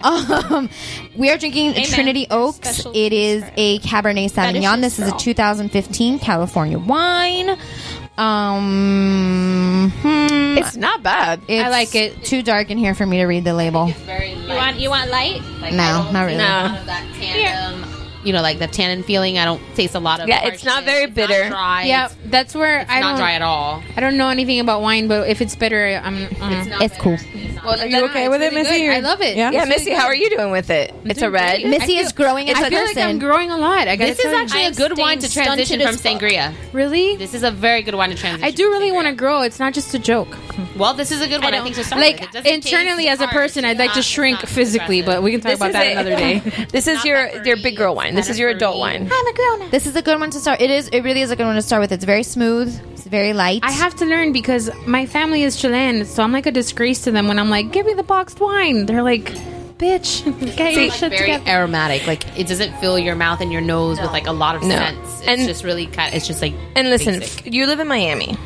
S8: um, we are drinking
S10: Amen.
S8: Trinity Oaks.
S10: Special
S8: it is a Cabernet Sauvignon. This is a 2015 California wine. Um, hmm.
S6: It's not bad.
S8: It's I like it. Too dark in here for me to read the label.
S2: You want you want light?
S8: No, not really.
S9: You know, like the tannin feeling. I don't taste a lot of.
S6: Yeah, it's not very bitter.
S9: dry.
S11: Yeah,
S9: It's-
S11: Oh, that's where I
S9: not
S11: don't
S9: dry at all.
S11: I don't know anything about wine, but if it's bitter, I'm. mm.
S8: It's cool.
S6: Well,
S11: Are you okay with it, Missy? I love it.
S6: Yeah, Missy, how are you doing with it? It's a red.
S8: Missy is growing as
S11: I
S8: a
S11: feel like I'm
S8: person.
S11: growing a lot. I gotta
S9: This is
S11: tell you.
S9: actually a good wine to transition from sangria.
S11: Really?
S9: This is a very good wine to transition.
S11: I do really want to grow. It's not just a joke.
S9: Well, this is a good one. I, think so. Sorry. It
S11: Like
S9: doesn't
S11: internally
S9: taste
S11: as a
S9: hard.
S11: person, I'd like to
S9: It's
S11: shrink
S9: not
S11: physically, but we can talk
S6: This
S11: about
S6: is
S11: that
S6: it.
S11: another day.
S9: [laughs]
S6: [laughs] This is your your big girl wine. This is your adult wine.
S8: This is a good one to start. It is. It really is a good one to start with. It's very smooth. It's very light.
S11: I have to learn because my family is Chilean, so I'm like a disgrace to them when I'm like, "Give me the boxed wine." They're like, "Bitch, get your
S9: like
S11: shit
S9: very
S11: together."
S9: aromatic. Like it doesn't fill your mouth and your nose with like a lot of
S6: No.
S9: scents. It's
S6: And-
S9: just really kind. It's just like
S6: And listen,
S9: basic.
S6: f- you live in Miami.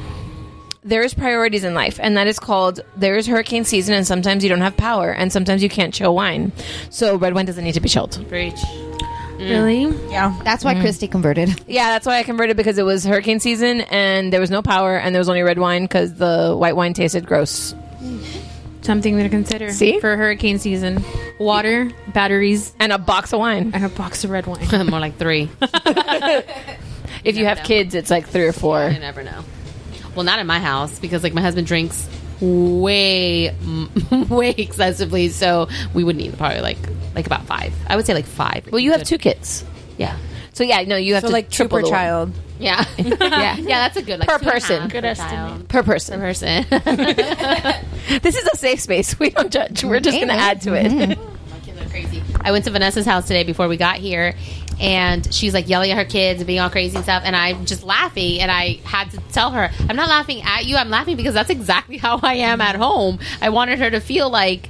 S6: There is priorities in life, and that is called there is hurricane season, and sometimes you don't have power, and sometimes you can't chill wine. So red wine doesn't need to be chilled. [laughs]
S9: Preach.
S11: Really?
S10: Yeah,
S8: That's why Christy converted.
S6: Yeah, that's why I converted because it was hurricane season, and there was no power, and there was only red wine because the white wine tasted gross.
S11: Something to consider
S6: See?
S11: for hurricane season: water, batteries,
S6: And a box of wine.
S11: and a box of red wine.
S9: More like three.
S6: [laughs] If you have kids, it's like three or four.
S9: [laughs] You never know. Well, not in my house because like my husband drinks way m- [laughs] way excessively, so we would need probably like like about five. I would say like five.
S6: Well, you have two kids,
S9: Yeah.
S6: so yeah, no, you have
S10: So
S6: to
S10: like two
S6: triple
S10: per
S6: the one.
S10: child.
S6: [laughs]
S9: Yeah. [laughs] yeah. Yeah, that's a good like
S6: Per
S9: two and a
S6: person.
S9: half
S6: Good
S9: per child.
S6: per
S10: [laughs]
S6: person.
S9: Per person.
S6: This is a safe space. [laughs] We don't judge. We're just going to add to
S10: Mm-hmm.
S6: it.
S9: I went to Vanessa's house today before we got here, and she's like yelling at her kids and being all crazy and stuff. And I'm just laughing, and I had to tell her, I'm not laughing at you. I'm laughing because that's exactly [laughs] how I am at home. I wanted her to feel like.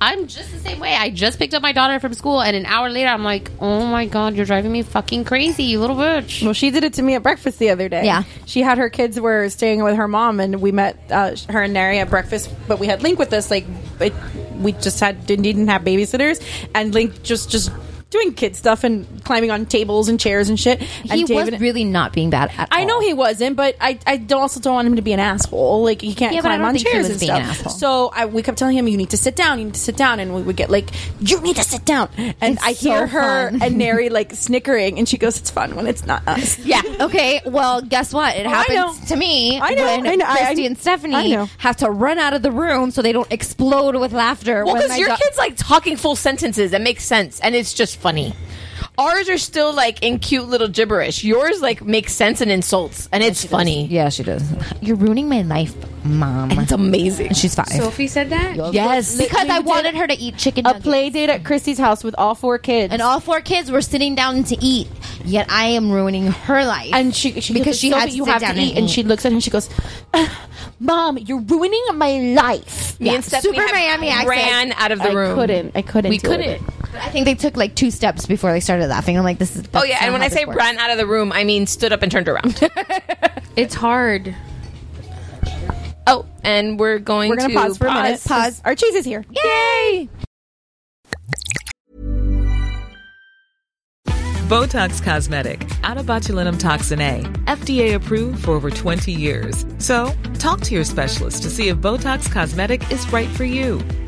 S9: I'm just the same way. I just picked up my daughter from school, and an hour later, I'm like, "Oh my god, you're driving me fucking crazy, you little bitch!"
S10: Well, she did it to me at breakfast the other day.
S8: Yeah.
S10: she had her kids were staying with her mom, and we met uh, sh- her and Nary at breakfast. But we had Link with us, like it, we just had didn't, didn't have babysitters, and Link just just doing kid stuff and climbing on tables and chairs and shit.
S8: He
S10: and
S8: was really not being bad at
S10: I know he wasn't, but I, I don't also don't want him to be an asshole. Like he can't
S8: Yeah, but I
S10: climb
S8: don't
S10: on
S8: think he
S10: chairs
S8: was
S10: and
S8: being an
S10: stuff.
S8: asshole.
S10: so I, we kept telling him, "You need to sit down. You need to sit down." And we would get like, "You need to sit down." And I hear her
S8: [laughs]
S10: and Mary like snickering, and she goes, "It's fun when it's not us."
S8: Yeah. Okay. Well, guess what? It
S10: Oh, I
S8: happens to me
S10: I know,
S8: when
S10: I know, I-
S8: Christy
S10: I-
S8: and
S10: I
S8: Stephanie
S10: know.
S8: have to run out of the room so they don't explode with laughter.
S6: Well,
S8: when
S6: because
S8: my
S6: your
S8: da-
S6: kid's like talking full sentences. That makes sense. And it's just funny. Ours are still like in cute little gibberish. Yours like makes sense and insults. And it's funny.
S8: Yeah, she does. You're ruining my life, mom.
S6: it's amazing.
S8: She's five.
S11: Sophie said that.
S8: because I wanted her to eat chicken. A play
S10: date at Christy's house with all four kids,
S8: and all four kids were sitting down to eat. Yet I am ruining her life,
S10: and she, she
S8: because she
S10: "Sophie,
S8: had to
S10: you
S8: sit
S10: have
S8: down
S10: to eat, and she looks at him, she goes, "Ugh, "Mom, you're ruining my life."
S8: Me and Stephanie
S10: super
S8: have
S10: Miami accent.
S8: ran out of the
S10: I
S8: room.
S10: couldn't. I couldn't.
S8: We
S10: do it.
S8: couldn't. I think they took like two steps before they started laughing. I'm like, this is.
S6: oh, yeah. And when I say ran out of the room, I mean stood up and turned around.
S11: it's hard.
S6: Oh, and we're going
S10: We're gonna
S6: to
S10: pause for a minute. Pause. Our cheese is here. Yay!
S12: Botox Cosmetic, out of botulinum toxin A, FDA approved for over 20 years. So, talk to your specialist to see if Botox Cosmetic is right for you.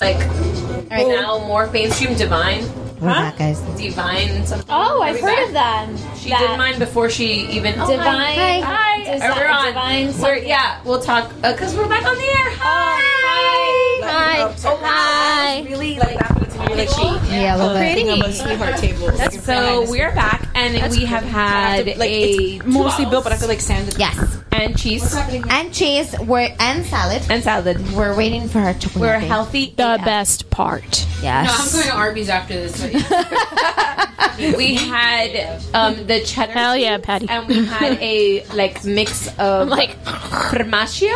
S6: Like
S10: Oh.
S6: now more mainstream divine.
S8: We're back, guys.
S6: Divine something.
S2: Oh,
S6: Are
S2: I've
S6: we
S2: heard
S6: back?
S2: of that.
S6: She
S2: That-
S6: did mine before she even. Oh, hi. Hi.
S2: Divine- Hi.
S6: Or we're on.
S2: Divine
S6: We're-
S2: something.
S6: yeah, we'll talk because we're back on the air. Hi.
S2: hi. Hi.
S6: Oh, hi. Really like that, but it's really like she.
S8: Yeah,
S10: a little bit. Creating a
S6: sweetheart table. So we're back, and we have had
S10: like,
S6: a
S10: it's mostly built, but I feel like sand.
S8: Yes.
S6: And cheese.
S8: And cheese. We're and salad.
S6: And salad.
S8: We're waiting for our chocolate.
S11: We're
S6: healthy.
S8: The best part.
S11: No, I'm
S8: Yes.
S11: going to Arby's after this.
S6: [laughs] we had um, the cheddar. Hell yeah, Patty! And we had a like mix of like formaggio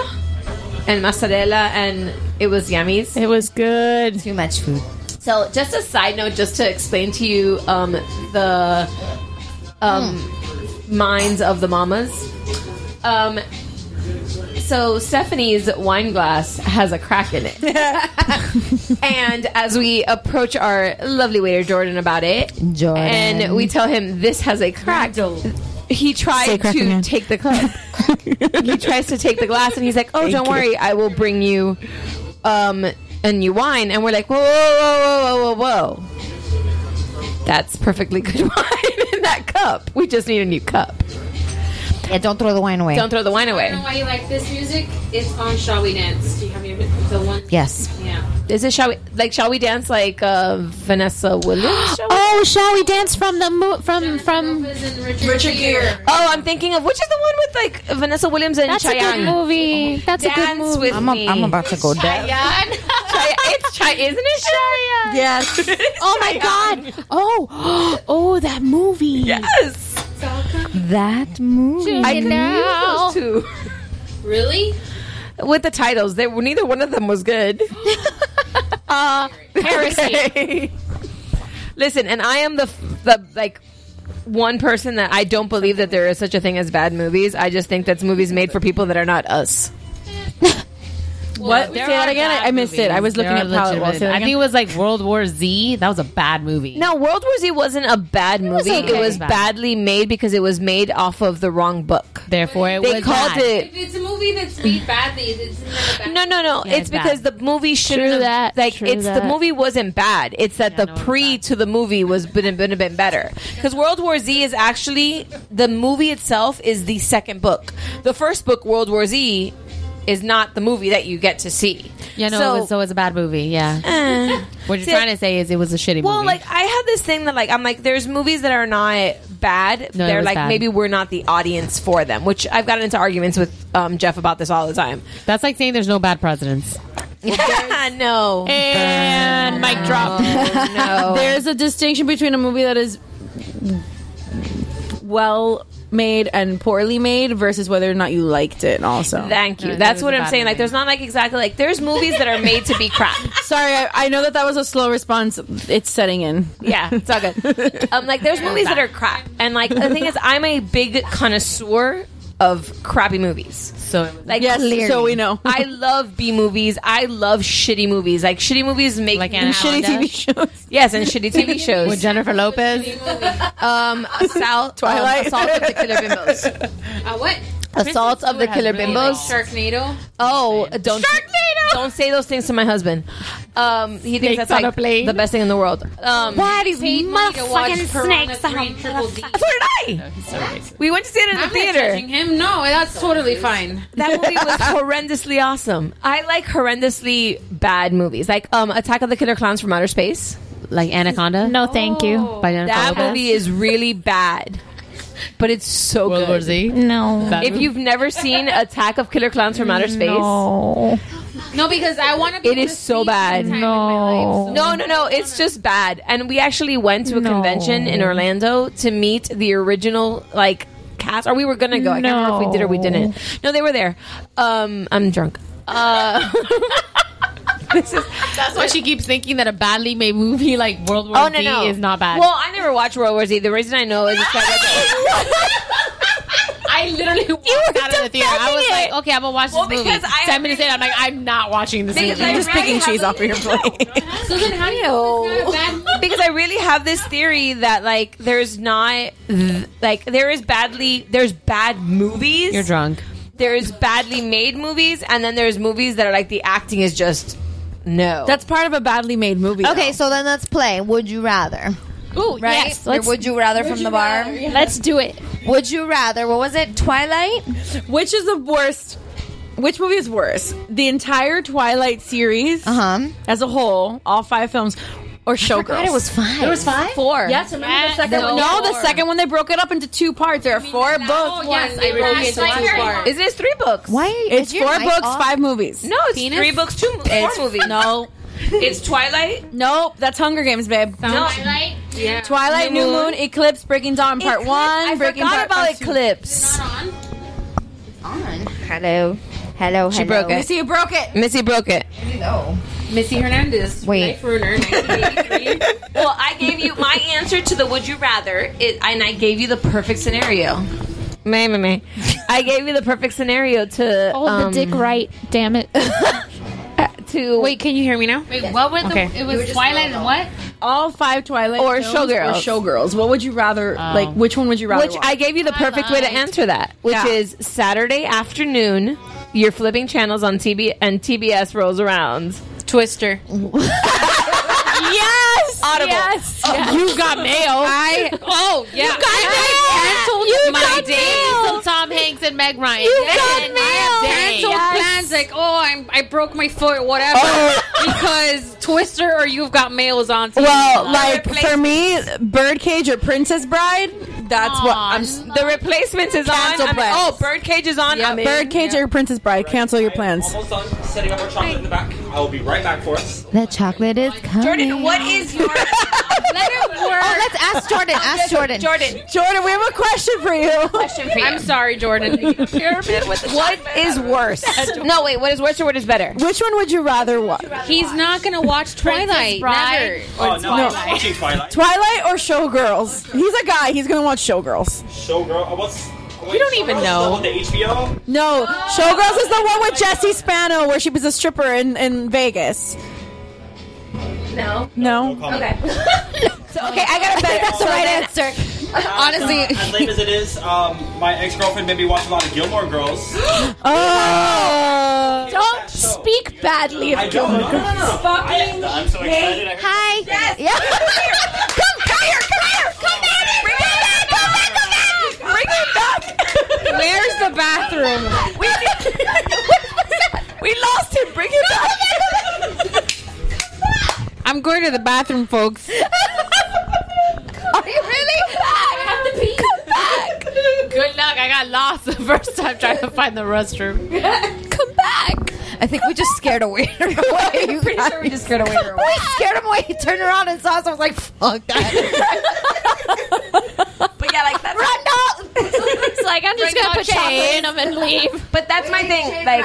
S6: and mozzarella, and it was yummies. It
S5: was good.
S8: Too much food.
S6: So, just a side note, just to explain to you um, the um, minds of the mamas. Um, so Stephanie's wine glass has a crack in it, [laughs] and as we approach our lovely waiter Jordan about it,
S8: Jordan.
S6: and we tell him this has a crack.
S8: Say
S6: He tried
S8: crack
S6: to
S8: again.
S6: take the glass. he tries to take the glass, and he's like, "Oh,
S8: Thank
S6: don't
S8: you.
S6: worry, I will bring you um, a new wine." And we're like, "Whoa, whoa, whoa, whoa, whoa, whoa! That's perfectly [laughs] good wine in that cup. We just need a new cup.
S8: Yeah, don't throw the wine away.
S6: Don't throw the wine
S11: I don't know
S6: away."
S11: why you like this music. It's on Shall We Dance. Do you have your, the one?
S8: Yes.
S11: Yeah.
S6: Is it shall we like shall we dance like uh, Vanessa Williams?
S2: Oh, shall we dance from the mo- from from
S11: Richard, Gere.
S6: Oh, I'm thinking of which is the one with like Vanessa Williams and
S2: That's a
S6: Chayanne.
S2: good movie. That's a good
S6: Dance
S2: movie.
S6: with
S2: I'm
S8: a-
S6: me.
S8: I'm about to go down.
S6: Chayanne. Chay- it's Chay, isn't it Chayanne?
S10: Yes.
S2: oh my god. Oh, oh, that movie.
S6: Yes.
S8: That movie.
S6: I could those
S9: [laughs]
S6: two.
S11: Really?
S6: With the titles, they were neither one of them was
S9: [laughs]
S6: good. uh,
S11: Heresy.
S6: okay. Listen, and I am the the like one person that I don't believe that there is such a thing as bad movies. I just think that's movies made for people that are not us.
S10: What? Say that again. I, I missed it. I was looking at Palette Wall. Say that
S9: I
S10: again.
S9: think it was like World War Z. That was a bad movie.
S6: No, World War Z wasn't a bad
S9: was
S6: movie.
S9: okay.
S6: It was
S9: Bad.
S6: badly made because it was made off of the wrong book.
S9: Therefore, it
S6: they
S9: was
S6: called
S9: bad.
S6: it.
S11: If it's a movie that's made badly, it's never bad.
S6: No, no, no.
S11: Yeah,
S6: it's
S11: it's bad.
S6: because the movie shouldn't
S11: True
S6: have,
S11: that,
S6: like
S11: true
S6: it's the
S11: that.
S6: movie wasn't bad. It's that the pre to the movie was would have been, been better. Because World War Z is actually the movie itself is the second book. The first book, World War Z, is not the movie that you get to see.
S9: Yeah, no,
S6: So-
S9: it was, so it was a bad movie. Yeah. what you're
S6: See,
S9: trying to say is it was a shitty
S6: Well,
S9: movie.
S6: like I had this thing that like I'm like there's movies that are not bad.
S9: No, it
S6: They're
S9: was
S6: like
S9: bad.
S6: maybe we're not the audience for them, which I've gotten into arguments with um, Jeff about this all the time.
S9: That's like saying there's no bad presidents.
S6: [laughs] no.
S9: And mic drop.
S6: [laughs] No.
S10: There's a distinction between a movie that is well made and poorly made versus whether or not you liked it. Also,
S6: Thank you. That's what I'm saying. Like, there's not like exactly like there's movies that are made to be [laughs] crap.
S10: Sorry, I, I know that that was a slow response. It's setting in.
S6: Yeah, it's all good. Um, like, there's movies that are crap, and like the thing is, I'm a big connoisseur of crappy movies.
S9: So
S6: like,
S10: Yes, so we know.
S6: I love B movies. I love shitty movies. Like shitty movies make like
S9: Anna Shitty Holland
S10: TV shows.
S6: Yes, and shitty [laughs] TV shows
S9: With Jennifer Lopez.
S6: Um, Sal,
S9: Twilight.
S6: um, Assault of the Killer [laughs] Bimbos.
S11: Uh, what?
S6: Assault of the Killer Bimbos.
S11: Sharknado.
S6: Oh, don't don't say those things to my husband. Um, he thinks
S11: Snakes
S6: that's
S11: on
S6: like
S11: a plane.
S6: the best thing in the world. Um,
S11: Why these Paid money to watch motherfucking Piranha snakes on a
S6: So
S11: three triple D?
S6: did I. We went to see it in the
S11: I'm not
S6: theater.
S11: judging him. No, that's totally fine.
S6: That
S11: [laughs]
S6: movie was horrendously awesome. I like horrendously bad movies, like um, Attack of the Killer Clowns from Outer Space.
S9: Like Anaconda? No, thank you. By Jennifer
S6: That
S9: Lopez.
S6: movie is really bad, but it's so good.
S9: War Z?
S8: No.
S9: That
S6: if
S9: movie?
S6: you've never seen Attack of Killer Clowns from Outer Space,
S8: No.
S11: No, because I want to.
S6: It is so bad. No. No, no, no. It's just bad. And we actually went to a convention in Orlando to meet the original, like, cast. Or we were going to go. I can't remember if we did or we didn't. No, they were there. Um, I'm drunk. Uh,
S9: That's why she keeps thinking that a badly made movie like World War
S6: oh, no,
S9: Z
S6: no.
S9: is not bad.
S6: Well, I never watched World War Z. The reason I know is [laughs] it's
S9: I literally walked out of the theater. I was like, okay, I'm gonna watch
S6: Well,
S9: this movie.
S6: because I
S9: Ten minutes in, I'm like, I'm not watching this
S6: Because
S9: movie.
S6: I Just really picking cheese
S10: off
S6: [laughs]
S10: of your plate.
S9: So then, how do you?
S6: because I really have this theory that like there's not like there is badly there's bad movies.
S9: You're drunk.
S6: There's badly made movies, and then there's movies that are like the acting is just no.
S10: That's part of a badly made movie.
S8: Okay, so then let's play. Would you rather?
S11: Ooh,
S8: right?
S11: yes.
S8: Or
S11: Let's-
S8: would you rather
S11: Would
S8: from
S11: you
S8: the bar?
S11: rather, yeah. Let's
S8: do it. Would you rather? What was it? Twilight.
S10: Which is the worst? Which movie is worse? The entire Twilight series uh-huh. as a whole, all five films, or Showgirls?
S8: it was five. There was five?
S10: Four. Yes,
S11: remember
S10: the second
S6: no.
S10: one? No, the
S6: Four.
S10: second one they broke it up into two parts. There are four books.
S6: Oh, yes, I remember it's like very hard. Is it three books?
S8: Why?
S10: It's four books, five movies.
S6: No, it's three books, two mo-
S10: It's-
S6: four movies.
S10: No,
S6: [laughs] it's Twilight.
S10: Nope, that's Hunger Games, babe.
S6: No.
S10: Yeah. Twilight, New Moon, Eclipse, Breaking Dawn Part
S6: Eclipse.
S10: One.
S6: I
S10: Breaking
S6: forgot
S10: Dawn
S6: about
S10: Part Two.
S6: Eclipse.
S8: Hello. Hello.
S6: She
S8: hello.
S6: broke it.
S10: Missy broke it.
S6: Missy broke it.
S8: No.
S11: Oh. Missy Hernandez.
S8: Wait.
S11: Life Ruiner. 1983.
S6: [laughs] Well, I gave you my answer to the would you rather, it, and I gave you the perfect scenario. May, may, may. I gave you the perfect scenario to. um,
S2: Oh, the dick right. Damn it.
S6: [laughs] to
S11: Wait, can you hear me now?
S9: Wait, what was
S11: Okay.
S9: the? It was Twilight and what?
S10: All five Twilight
S6: Or
S10: films
S6: Showgirls. Oh.
S10: Or Showgirls. What would you rather? Like, which one would you rather?
S6: Which
S10: watch?
S6: I gave you the perfect way to answer that, which
S10: Yeah.
S6: is Saturday afternoon. You're flipping channels on TB and TBS rolls around.
S11: Twister.
S10: yes,
S6: Audible.
S10: Yes,
S11: You got mail. I oh yeah. You got Canceled my day.
S9: Some Tom Hanks and Meg Ryan.
S11: You
S9: Yes,
S11: got
S9: and
S11: mail.
S9: I have days.
S11: Canceled plans like oh I'm, I broke my foot whatever
S6: [laughs]
S11: because Twister or you've got mail is on. TV.
S10: Well,
S11: Uh,
S10: like
S11: replace-
S10: for me, Birdcage or Princess Bride. That's what I'm. s-
S6: The replacements is
S10: Cancel
S6: on. I'm-
S10: plans.
S6: oh, Birdcage is on. I'm in.
S10: Birdcage or Princess Bride. Cancel your plans.
S4: Almost done setting up our chocolate in the back. I will be right back for us.
S8: The chocolate is coming.
S6: Jordan, what is your? Let it work.
S8: Oh, let's
S6: [laughs]
S8: ask Jordan. Ask Jordan.
S6: Jordan,
S10: Jordan, we have a question
S6: [laughs]
S10: for you.
S6: question for you.
S11: I'm sorry, Jordan.
S6: what is
S10: [laughs]
S6: worse? no, wait. What is worse or what is better?
S10: Which one would you rather watch?
S11: He's not gonna watch Twilight. Never.
S9: Bride.
S4: Oh, no, I'm watching Twilight.
S10: Twilight or Showgirls? He's a guy. He's gonna watch Showgirls.
S4: Showgirl. Oh, what's.
S9: You don't even know.
S4: The HBO?
S10: No, Showgirls is the one with Jesse Spano where she was a stripper in, in Vegas.
S6: No.
S10: No.
S6: Okay. so okay, I got a better.
S8: That's the right answer.
S4: Honestly. As lame as it is, um, my ex girlfriend made me watch a lot of Gilmore Girls.
S10: Oh.
S2: Don't speak badly
S4: I
S2: of
S4: don't know. No, no, no.
S2: fucking.
S4: I, am so excited. I heard
S8: Hi. Yeah.
S6: Come, come here, come here, come back, bring it back, come back, come back, bring it back. Where's the bathroom? We we
S10: [laughs]
S6: lost him. Bring it back.
S11: I'm going to the bathroom, folks.
S6: Are you really? I have to pee. Come back.
S9: Good luck. I got lost the [laughs] first time trying to find the restroom.
S6: Come back.
S8: I think we just scared a waiter away. You
S6: Pretty
S8: guys.
S6: sure we just scared
S8: [laughs]
S6: away. from her.
S8: We scared him away. He turned around and saw us. I was like, fuck that.
S6: But yeah, like that's.
S8: Run, no,
S2: like, I'm just
S6: Bring
S2: gonna
S6: out
S2: put chocolate in
S6: shade.
S2: them and leave.
S6: But that's my thing. Like,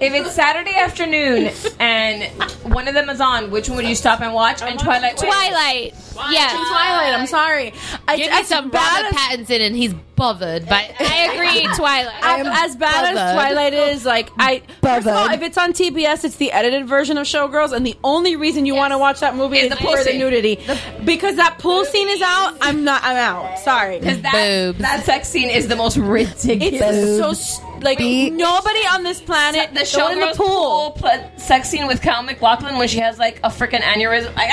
S6: if it's Saturday [laughs] afternoon and one of them is on, which one would you stop and watch? And Twilight.
S2: Twilight.
S6: Yeah.
S2: Twilight. I'm sorry. I,
S9: Give me some Robert Pattinson and he's bothered. [laughs] But
S2: I agree,
S6: [laughs]
S2: Twilight.
S9: I
S10: I'm as bad
S9: bothered.
S10: as Twilight is, like I first of all, if it's on TBS, it's the edited version of Showgirls, and the only reason you want to watch that movie is
S6: the pool
S10: for the
S6: scene.
S10: nudity, because that pool scene is out. I'm not. I'm out. Sorry.
S6: Because that, that sex scene is the most ridiculous.
S10: It's so st- like nobody on this planet.
S6: The
S10: one in the
S6: showgirls
S10: pool.
S6: pool pl- sex scene with Cal McLaughlin when she has like a freaking aneurysm. [laughs] Like,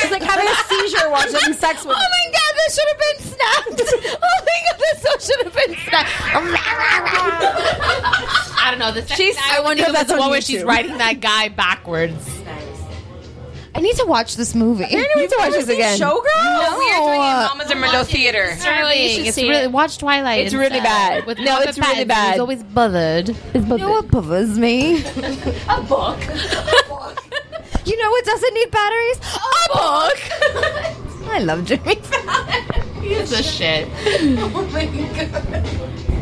S6: She's
S10: like having
S6: [laughs]
S10: a seizure while she's having sex with.
S9: Oh my god, this should have been snapped. [laughs] Oh my god, this so should have been snapped. I don't know. The she's, I wonder if that's the one where she's riding that guy backwards.
S8: I need to watch this movie. I need to watch this again.
S6: Showgirls?
S8: No.
S6: We are doing it in Mamas and Merlot Theater.
S9: Disturbing. It's really watch Twilight.
S8: It's really
S9: instead.
S8: bad.
S9: With
S8: No,
S9: Robert
S8: it's really
S9: Pattinson,
S8: bad.
S9: He's always bothered.
S8: You know what bothers me?
S6: [laughs] a book.
S8: [laughs] you know what doesn't need batteries? A book. [laughs] I love Jimmy.
S9: He's
S8: [laughs]
S9: a shit. oh my god.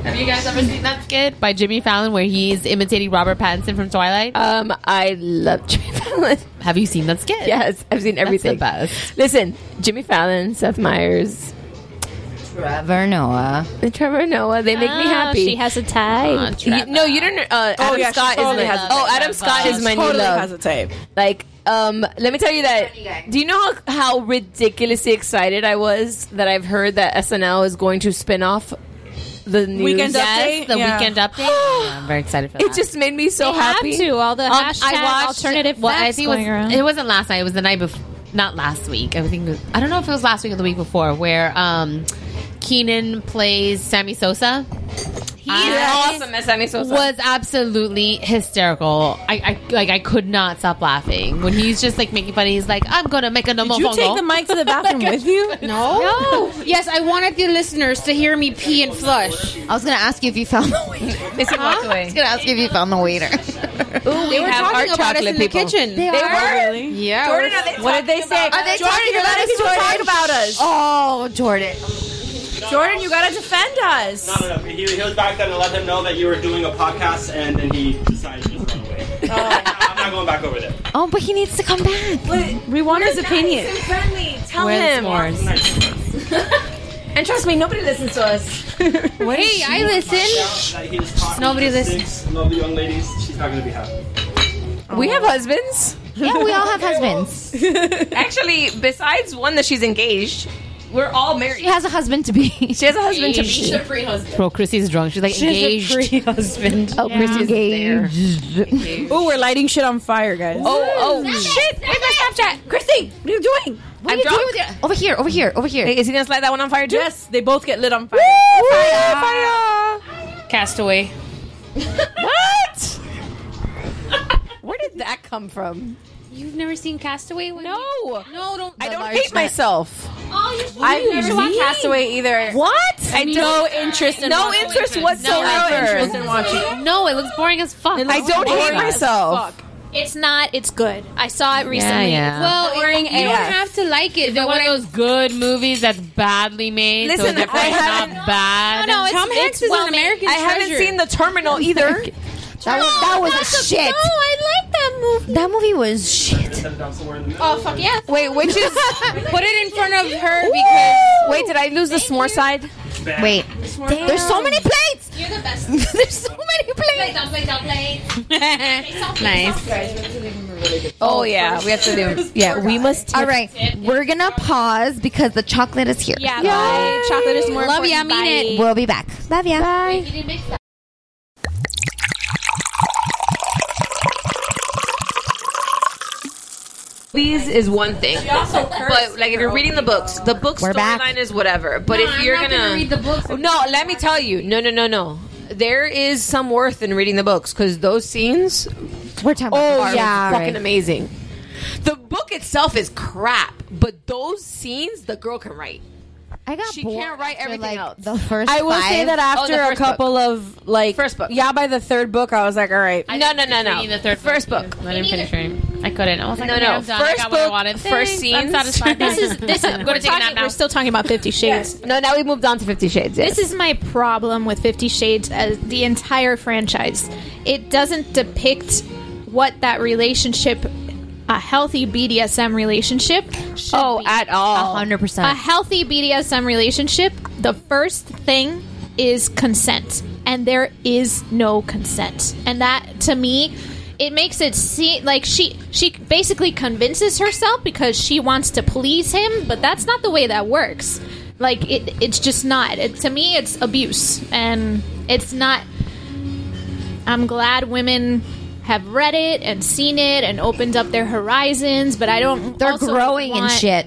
S9: Have you guys ever seen That's Good by Jimmy Fallon where he's imitating Robert Pattinson from Twilight?
S8: Uh,
S6: Um, I love Jimmy Fallon.
S9: Have you seen That's Good?
S6: [laughs] Yes, I've seen everything. Listen, Jimmy Fallon, Seth Meyers,
S8: Trevor Noah.
S6: Trevor Noah, they make me
S2: Oh,
S10: Ah,
S6: happy.
S2: she has a type.
S6: Uh, you- no, you don't. Uh,
S10: Oh,
S6: Adam
S10: yeah, she
S6: Scott
S10: totally
S6: is my.
S10: has a
S6: oh,
S10: type.
S6: Adam Scott is my
S10: She totally
S6: new love.
S10: has a type.
S6: Like, um, let me tell you that. Do you know how, how ridiculously excited I was that I've heard that SNL is going to spin off the news?
S9: Weekend Yes, Update? the Yeah. Weekend
S8: [sighs]
S9: Update. I'm very excited for that.
S6: It just made me so
S9: They have
S6: happy. Um,
S9: to, all the
S6: I watched,
S9: well, I think it was-
S6: going around.
S9: It wasn't last night. It was the night before. Not last week. I think it was, I don't know if it was last week or the week before, where um, Keenan plays Sammy Sosa. He's
S6: awesome as Sammy Sosa.
S9: Was absolutely hysterical. I, I like. I could not stop laughing when he's just like making fun. He's like, "I'm gonna make a no
S10: Did you take the mic to the bathroom with you?
S11: No. No. Yes, I wanted the listeners to hear me pee and flush.
S8: I was going to ask you if you found the
S6: [laughs]
S8: waiter.
S6: Missy walked away.
S8: Uh-huh. I was going to ask you if you found the waiter.
S11: Ooh,
S6: we have our chocolate people.
S8: They
S11: They
S8: are?
S11: were?
S8: Really?
S11: Yeah.
S8: Jordan,
S11: We're-
S8: are they
S11: what did they
S8: talking
S11: say?
S8: about- Are they talking about us, Jordan?
S10: Oh,
S8: Jordan.
S10: Jordan, you gotta defend us.
S4: No, no, no. He, he was back then and let him know that you were doing a podcast, and then he decided to just run away. [laughs] I'm not going back over there.
S8: Oh, but he needs to come back.
S10: we want his opinion.
S6: friendly. Tell
S10: Where's
S6: him.
S10: Morris?
S6: and trust me, nobody listens to us.
S11: What is Hey, I listen.
S4: That he was talking
S11: Nobody
S4: to
S11: listens.
S4: six Lovely young ladies. She's not going to be happy.
S6: We have husbands.
S8: Yeah, we all have husbands.
S6: Actually, besides one that she's engaged, we're all married. She
S8: has a husband to be. She
S6: has a husband to be.
S9: She's a free
S6: husband.
S9: Bro, Chrissy's drunk. She's like
S10: She has a
S9: engaged.
S10: free
S9: husband.
S8: Oh, Chrissy's
S10: engaged. Ooh, we're lighting shit on fire, guys.
S6: Oh, oh,
S10: shit!
S6: Where's my Snapchat? Christy,
S10: what are you doing?
S8: What are you doing with your... Over here, over here, over here.
S6: Hey, is he gonna light that one on fire too?
S10: Yes, they both get lit on fire.
S11: Castaway.
S6: what? Where did that come from?
S11: You've never seen Castaway? No. No, don't.
S6: I don't hate myself.
S11: Oh, you should.
S10: I've
S11: You
S10: never
S11: should
S10: watched
S11: watch
S10: Castaway either. What? I no interest in
S6: No
S10: watching
S6: interest
S10: it.
S6: whatsoever.
S10: No interest in watching. it.
S9: No, it looks boring as fuck.
S6: I don't hate myself.
S2: It's not. It's good. I saw it recently.
S9: yeah.
S2: Well,
S6: Oh,
S11: Well,
S2: boring
S9: You don't
S2: AF.
S9: have to like it. Is it one of those good movies that's badly made?
S6: Listen,
S9: so it's
S6: I haven't-
S9: not bad.
S2: No, no, it's- Tom Hanks it's is an well made. American
S6: I haven't
S2: treasure.
S6: seen the Terminal either.
S8: That was, that was shit.
S2: No, I like that movie.
S8: That movie was shit.
S2: Oh fuck yeah!
S6: Wait, which is
S11: Put it in front of her
S6: because wait, did I lose the s'more side?
S8: Wait, there's so many plates. [laughs]
S2: You're the best.
S8: There's so many plates.
S2: Don't play, don't play.
S6: Oh, yeah, we have to do. Yeah, we must.
S8: All right, we're gonna pause because the chocolate is here.
S2: Yeah, bye. chocolate is more.
S11: Love ya,
S2: important.
S11: mean it.
S2: Bye.
S8: We'll be back. Love ya. Bye.
S6: These is one thing, but like if you're reading the books, the book
S8: We're back.
S6: storyline is whatever. But if you're
S11: not
S6: gonna, Oh,
S11: gonna read the books.
S6: no, let me tell you, no, no, no, no. There is some worth in reading the books because those scenes
S8: We're talking.
S6: Oh
S8: about
S6: yeah,
S8: Barbie.
S6: fucking amazing. The book itself is crap, but those scenes, the girl can write.
S8: I got
S6: She
S8: bored
S6: can't write
S8: after,
S6: everything
S8: like,
S6: else. Oh,
S8: The first
S10: I will say
S8: five.
S10: that after a couple of like first book, yeah, by the third book, I was like, all right,
S6: No, no, no, no.
S9: Reading the third
S6: first book.
S9: I didn't finish reading. I couldn't. I was like,
S6: No,
S9: okay,
S6: no.
S9: I'm done. I
S6: First
S9: got what I
S6: book,
S9: wanted.
S6: first
S9: Thanks. I'm
S6: scenes.
S9: satisfied.
S6: This
S9: [laughs]
S6: is-
S2: this is-
S9: I'm
S2: we're
S9: gonna take a
S2: talking-
S9: nap now.
S2: we're still talking about Fifty Shades.
S6: No, now we moved on to Fifty Shades. yes.
S2: This is my problem with Fifty Shades as the entire franchise. It doesn't depict what that relationship, a healthy BDSM relationship, should oh at all,
S8: hundred percent.
S2: A healthy BDSM relationship, the first thing is consent, and there is no consent, and that to me. It makes it seem like she she basically convinces herself because she wants to please him, but that's not the way that works. Like it, it's just not. It, to me, it's abuse, and it's not. I'm glad women have read it and seen it and opened up their horizons, but I don't. They're
S8: growing and
S6: [laughs]
S8: shit.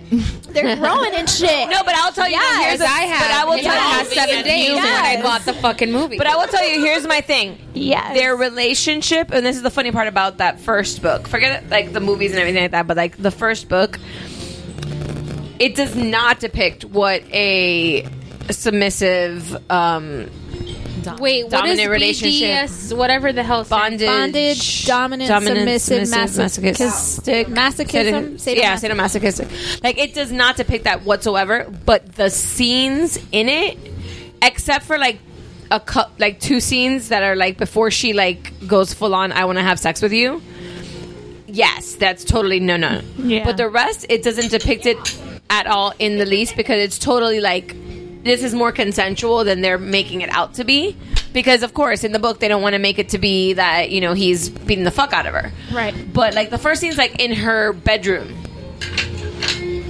S2: They're
S8: [laughs]
S2: growing and shit.
S6: No, but I'll tell you.
S2: Yes.
S6: here's a-
S2: I have.
S6: But I will
S2: It
S6: tell you.
S2: has seven days
S6: Yes.
S2: when I bought
S9: the fucking movie.
S6: But I will tell you. Here's my thing.
S2: Yes.
S6: Their relationship, and this is the funny part about that first book. Forget it, like the movies and everything like that, but like the first book, it does not depict what a submissive. um
S11: Wait, what
S6: dominant
S11: is
S6: relationship.
S11: BDS, whatever the hell? Bondage.
S2: Bondage, dominant,
S6: Dominant,
S2: submissive,
S6: submissive,
S2: masochistic, masochism,
S6: Sadom- yeah, sadomasochistic. Like it does not depict that whatsoever. But the scenes in it, except for like a cu- like two scenes that are like before she like goes full on, I want to have sex with you. Yes, that's totally no no.
S2: Yeah.
S6: But the rest, it doesn't depict it at all in the least because it's totally like this is more consensual than they're making it out to be. Because of course, in the book, they don't want to make it to be that you know he's beating the fuck out of her.
S2: Right.
S6: But like the first scene's like in her bedroom.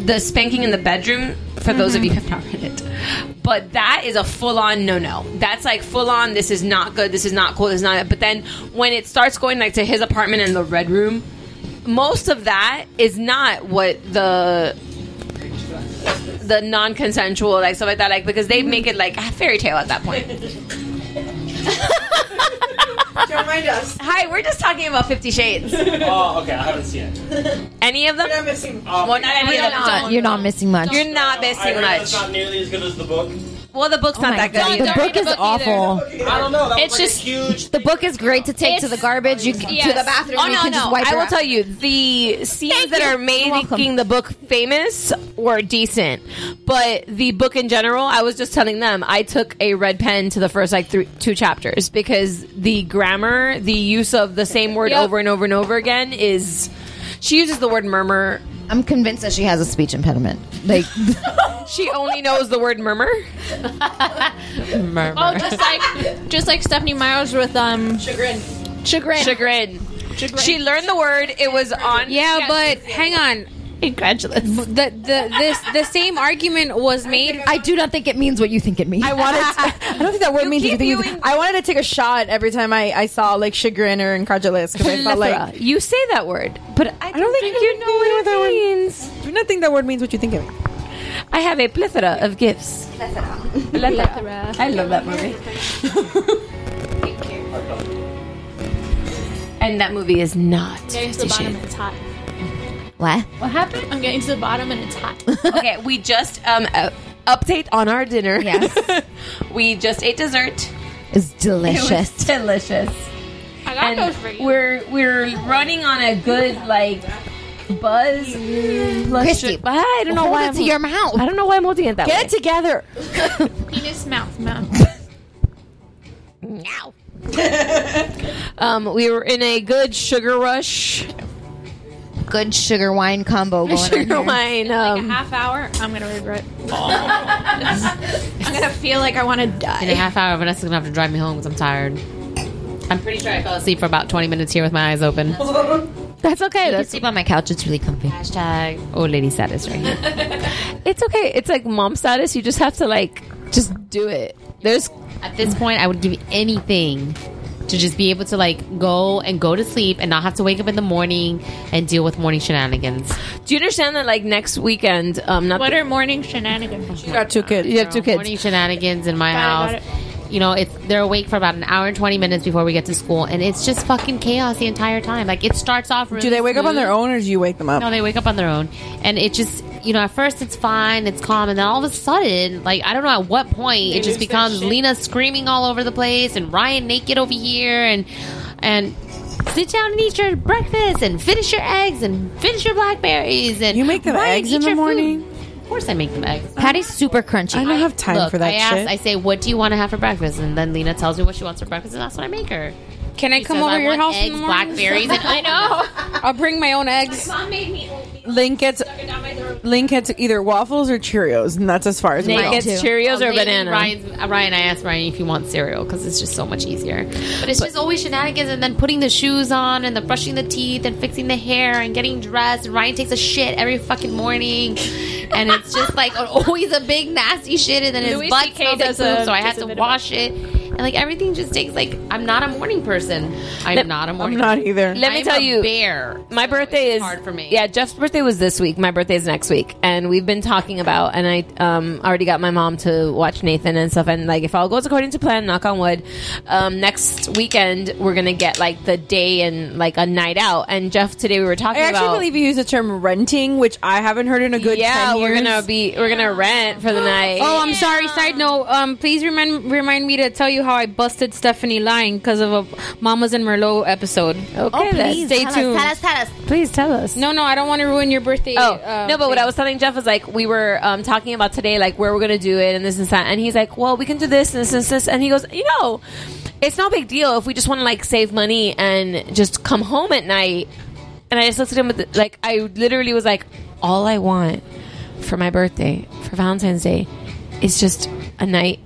S6: The spanking in the bedroom, for those of you who have not read it. But that is a full on no no. That's like full on, this is not good, this is not cool, this is not but then when it starts going like to his apartment and the red room, most of that is not what the the non consensual, like stuff like that, like because they make it like a fairy tale at that point.
S4: Don't mind us.
S6: Hi, we're just talking about Fifty Shades.
S4: oh, okay. I haven't seen it.
S6: Any of them?
S4: You're not missing.
S6: Well, not any of them.
S8: You're not missing much.
S6: You're not
S4: I
S6: missing
S4: heard
S6: much.
S4: It's not nearly as good as the book.
S6: Well, the book's not that good.
S8: Oh the book is awful.
S4: I don't know. That
S6: It's
S4: was like
S6: just-
S4: a huge.
S8: Oh. The book is great to take to the garbage. You
S6: Yes.
S8: to the bathroom.
S6: Oh
S8: you
S6: no,
S8: can
S6: no!
S8: just wipe
S6: I
S8: her
S6: will
S8: out.
S6: tell you, the scenes that are making the book famous were decent, but the book in general, I was just telling them I took a red pen to the first like three, two chapters because the grammar, the use of the same word
S8: Yep.
S6: over and over and over again is. She uses the word murmur.
S8: I'm convinced that she has a speech impediment.
S6: [laughs]
S8: Like
S6: She only knows the word murmur.
S8: murmur.
S2: Oh, just like just like Stephanie Myers with um chagrin, chagrin,
S6: chagrin. She learned the word. It was on.
S11: Yeah, but hang on.
S6: Incredulous.
S11: The the this the same argument was made.
S8: I do not think it means what you think it means. [laughs]
S10: I wanted. To, I don't think that word means anything. I wanted to take a shot every time I, I saw like chagrin or incredulous
S6: [laughs]
S10: because I felt
S6: Plethora.
S10: like
S6: you say that word, but I don't, think, you know what that word means.
S10: I do not think that word means what you think it means.
S6: I have a plethora of gifts.
S2: Plethora.
S6: I love that [laughs] movie. and that movie is not.
S2: Getting to the bottom and it's hot.
S8: What?
S2: What happened? I'm getting to the bottom and it's hot.
S6: okay, we just um uh, update on our dinner. Yes, [laughs] we just ate dessert. [laughs]
S8: It's delicious.
S6: It was delicious.
S2: I
S6: got those for you. We're we're running on a good like buzz. Plus
S8: Christy,
S6: I don't know
S8: hold
S6: why
S8: it
S6: I'm
S8: to your mouth.
S6: I don't know why I'm holding it that way.
S10: Get it together.
S2: Penis, mouth, mouth.
S6: Now. um, we were in a good sugar [laughs] rush,
S8: Good sugar wine
S9: [laughs]
S8: combo going on
S6: sugar
S8: here.
S6: wine.
S2: a
S6: Um,
S2: half hour, I'm gonna regret.
S10: Oh.
S2: [laughs] I'm gonna feel like I want to
S9: In a
S2: die.
S9: half hour, Vanessa's gonna have to drive me home because I'm tired. I'm pretty sure I fell asleep for about 20 minutes here with my eyes open.
S6: that's okay.
S8: You can
S6: That's
S8: sleep on my couch. It's really comfy.
S9: Hashtag old lady status right here.
S6: it's okay. It's like mom status. You just have to like just do it. There's
S9: At this point, I would give anything to just be able to like go and go to sleep and not have to wake up in the morning and deal with morning shenanigans.
S6: Do you understand that like next weekend? Um, not
S2: What are morning shenanigans?
S10: You got two kids.
S6: you have two kids.
S9: Morning shenanigans in my
S2: Got it,
S9: house. you know, it's they're awake for about an hour and twenty minutes before we get to school, and it's just fucking chaos the entire time. Like it starts off. Really
S13: do they wake up on
S9: smooth.
S13: their own or do you wake them up?
S9: No, they wake up on their own, and it just you know at first it's fine, it's calm, and then all of a sudden, like I don't know at what
S6: They
S9: point it
S6: lose
S9: just
S6: their
S9: becomes
S6: shit.
S9: Lena screaming all over the place and Ryan naked over here, and and sit down and eat your breakfast and finish your eggs and finish your blackberries and you make
S13: them eggs in the
S9: morning. Of course, I make them eggs.
S8: Patty's super crunchy.
S9: I don't have
S8: time
S9: Look,
S8: for that
S9: I ask,
S8: shit.
S9: I say, "What do you want to have for breakfast?" And then Lena tells me what she wants for breakfast, and that's what I make her.
S10: Can I
S9: She
S10: come
S9: says,
S10: over
S9: "I
S10: to your
S9: want
S10: house? in
S9: eggs,
S10: the morning?"
S9: blackberries, and
S10: I know. [laughs] I'll bring my own eggs.
S13: Link gets Link gets either waffles or Cheerios, and that's as far as we go.
S9: Oh, lately, Ryan's, uh, Ryan, I asked Ryan if you want cereal because it's just so much easier. But it's just always shenanigans, and then putting the shoes on, and the brushing the teeth, and fixing the hair, and getting dressed. And Ryan takes a shit every fucking morning, and it's just like [laughs] always a big nasty shit, and then his
S6: Louis
S9: butt
S6: CK
S9: smells like
S6: does
S9: poop,
S6: a-
S9: so I have
S6: does a
S9: to
S6: bit of
S9: wash it. And like everything just takes like I'm not a morning person. I'm
S6: Let-
S9: not a
S6: I'm
S9: morning.
S6: not
S9: person.
S6: either. Let me
S9: I'm
S6: tell
S9: a
S6: you,
S9: bear.
S6: My birthday is
S9: hard for me.
S6: Yeah, Jeff's birthday was this week. My birthday is next week, and we've been talking about. And I um, already got my mom to watch Nathan and stuff. And like, if all goes according to plan, knock on wood, um, next weekend we're gonna get like the day and like a night out. And Jeff, today we were
S13: I
S6: talking
S13: actually
S6: about.
S13: believe you used the term renting, which I haven't heard in a good
S6: yeah,
S13: 10
S6: we're
S13: years.
S6: gonna be we're gonna rent for the night.
S10: Oh, I'm sorry. Side note. Um, please remind remind me to tell you how I busted Stephanie lying because of a Mamas and Merlot episode. Okay, then. stay tuned.
S9: tell us.
S10: Please tell us. No, no, I don't want to ruin your birthday.
S6: Oh
S10: uh,
S6: no! But what
S10: thing.
S6: I was telling Jeff was like we were um, talking about today, like where we're gonna do it and this and that. And he's like, "Well, we can do this and this and this." And he goes, "You know, it's no big deal if we just want to like save money and just come home at night." And I just looked at him with the- like I literally was like, "All I want for my birthday, for Valentine's Day, is just a night."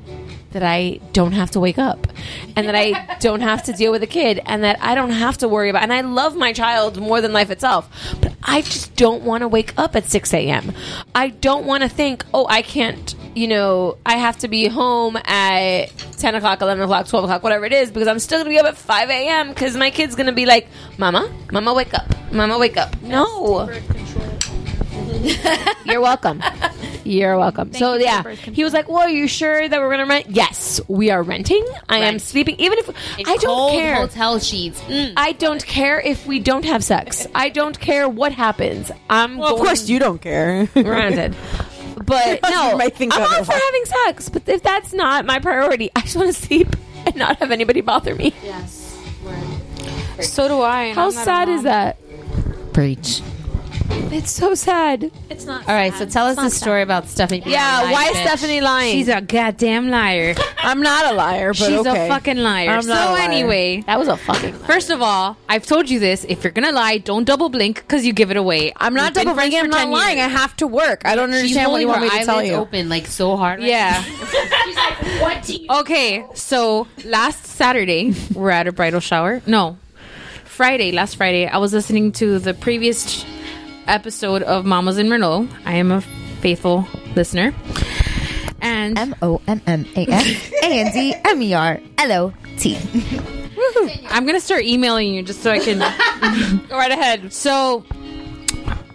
S6: That I don't have to wake up and that I don't have to deal with a kid and that I don't have to worry about. And I love my child more than life itself, but I just don't want to wake up at 6 a.m. I don't want to think, oh, I can't, you know, I have to be home at 10 o'clock, 11 o'clock, 12 o'clock, whatever it is, because I'm still going to be up at 5 a.m. because my kid's going to be like, Mama, Mama, wake up. Mama, wake up. No. You're welcome. You're welcome. so
S9: you for
S6: yeah,
S9: birth
S6: he was like, "Well, are you sure that we're gonna rent? Yes, we are renting. I am sleeping. Even if I don't
S9: cold
S6: care,
S9: hotel sheets.
S6: I don't care if we don't have sex. I don't care what happens. I'm
S13: Well, of
S6: going-
S13: course you don't care. [laughs]
S6: Granted. But no,
S13: You might think
S6: I'm all for
S13: otherwise.
S6: having sex. But if that's not my priority, I just want to sleep [laughs] and not have anybody bother me.
S10: Yes. So do I. and
S6: How
S10: I'm not a
S6: sad is
S10: mom.
S6: that?
S9: Breach.
S6: It's so sad.
S10: It's not.
S9: All right, so tell us the story about Stephanie. lying, bitch.
S6: lying?
S10: She's a goddamn liar.
S13: [laughs] I'm not a liar, but
S10: She's
S13: okay.
S10: a fucking liar.
S13: I'm
S10: so
S13: not a liar.
S10: anyway,
S6: that was a fucking.
S10: First of all, I've told you this. If you're gonna lie, don't double blink because you give it away.
S13: I'm not double blinking. I'm not lying. I have to work. I don't
S9: She's
S13: understand what you
S9: holding
S13: want me
S9: her
S13: to tell
S9: eyelids
S13: you.
S9: Open like so hard. right
S10: Yeah.
S9: [laughs] She's like, what do you?
S10: Okay, so last Saturday we're at a bridal shower. No, Friday. Last Friday, I was listening to the previous episode of Mamas in Merlot. I am a faithful listener. And
S8: M O M M A S A N D M E R L O
S9: [laughs]
S8: T.
S10: I'm gonna start emailing you just so I can go right ahead. So,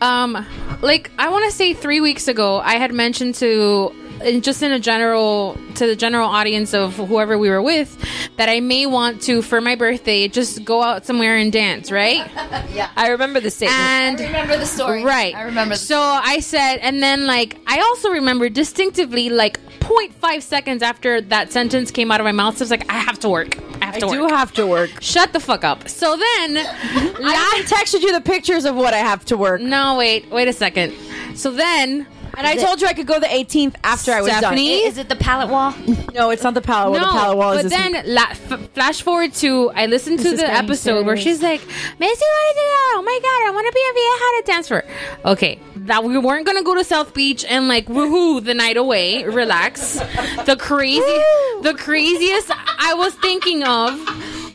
S10: um, like I want to say three weeks ago, I had mentioned to in just in a general to the general audience of whoever we were with that I may want to for my birthday just go out somewhere and dance, right?
S9: Yeah.
S6: I remember the statement.
S10: And
S9: remember the story.
S10: Right.
S9: I remember. The
S10: so I said, and then like I also remember distinctively like 0.5 seconds after that sentence came out of my mouth, so I was like, I have to work. I have to work.
S13: do have to work.
S10: Shut the fuck up. So
S13: [laughs]
S10: then,
S13: I texted you the pictures of what I have to work.
S10: No, wait, wait a second. So then,
S13: and I told you I could go the 18th after I was
S10: Stephanie?
S13: done.
S10: Is
S9: it the pallet wall?
S8: Mm-hmm.
S13: No, it's not the
S9: Oh,
S13: pallet wall.
S10: no,
S13: the pallet wall
S10: but
S13: is this
S10: [laughs] then la- f- flash forward to I listened
S13: This
S10: to
S13: is
S10: the
S13: getting
S10: episode where
S13: serious.
S10: she's like, "Missy, what is it? Oh my god, I want to be a vieja to dance for." Okay, that we weren't gonna go to South Beach and like woohoo the night away, relax. The crazy, the craziest I was thinking of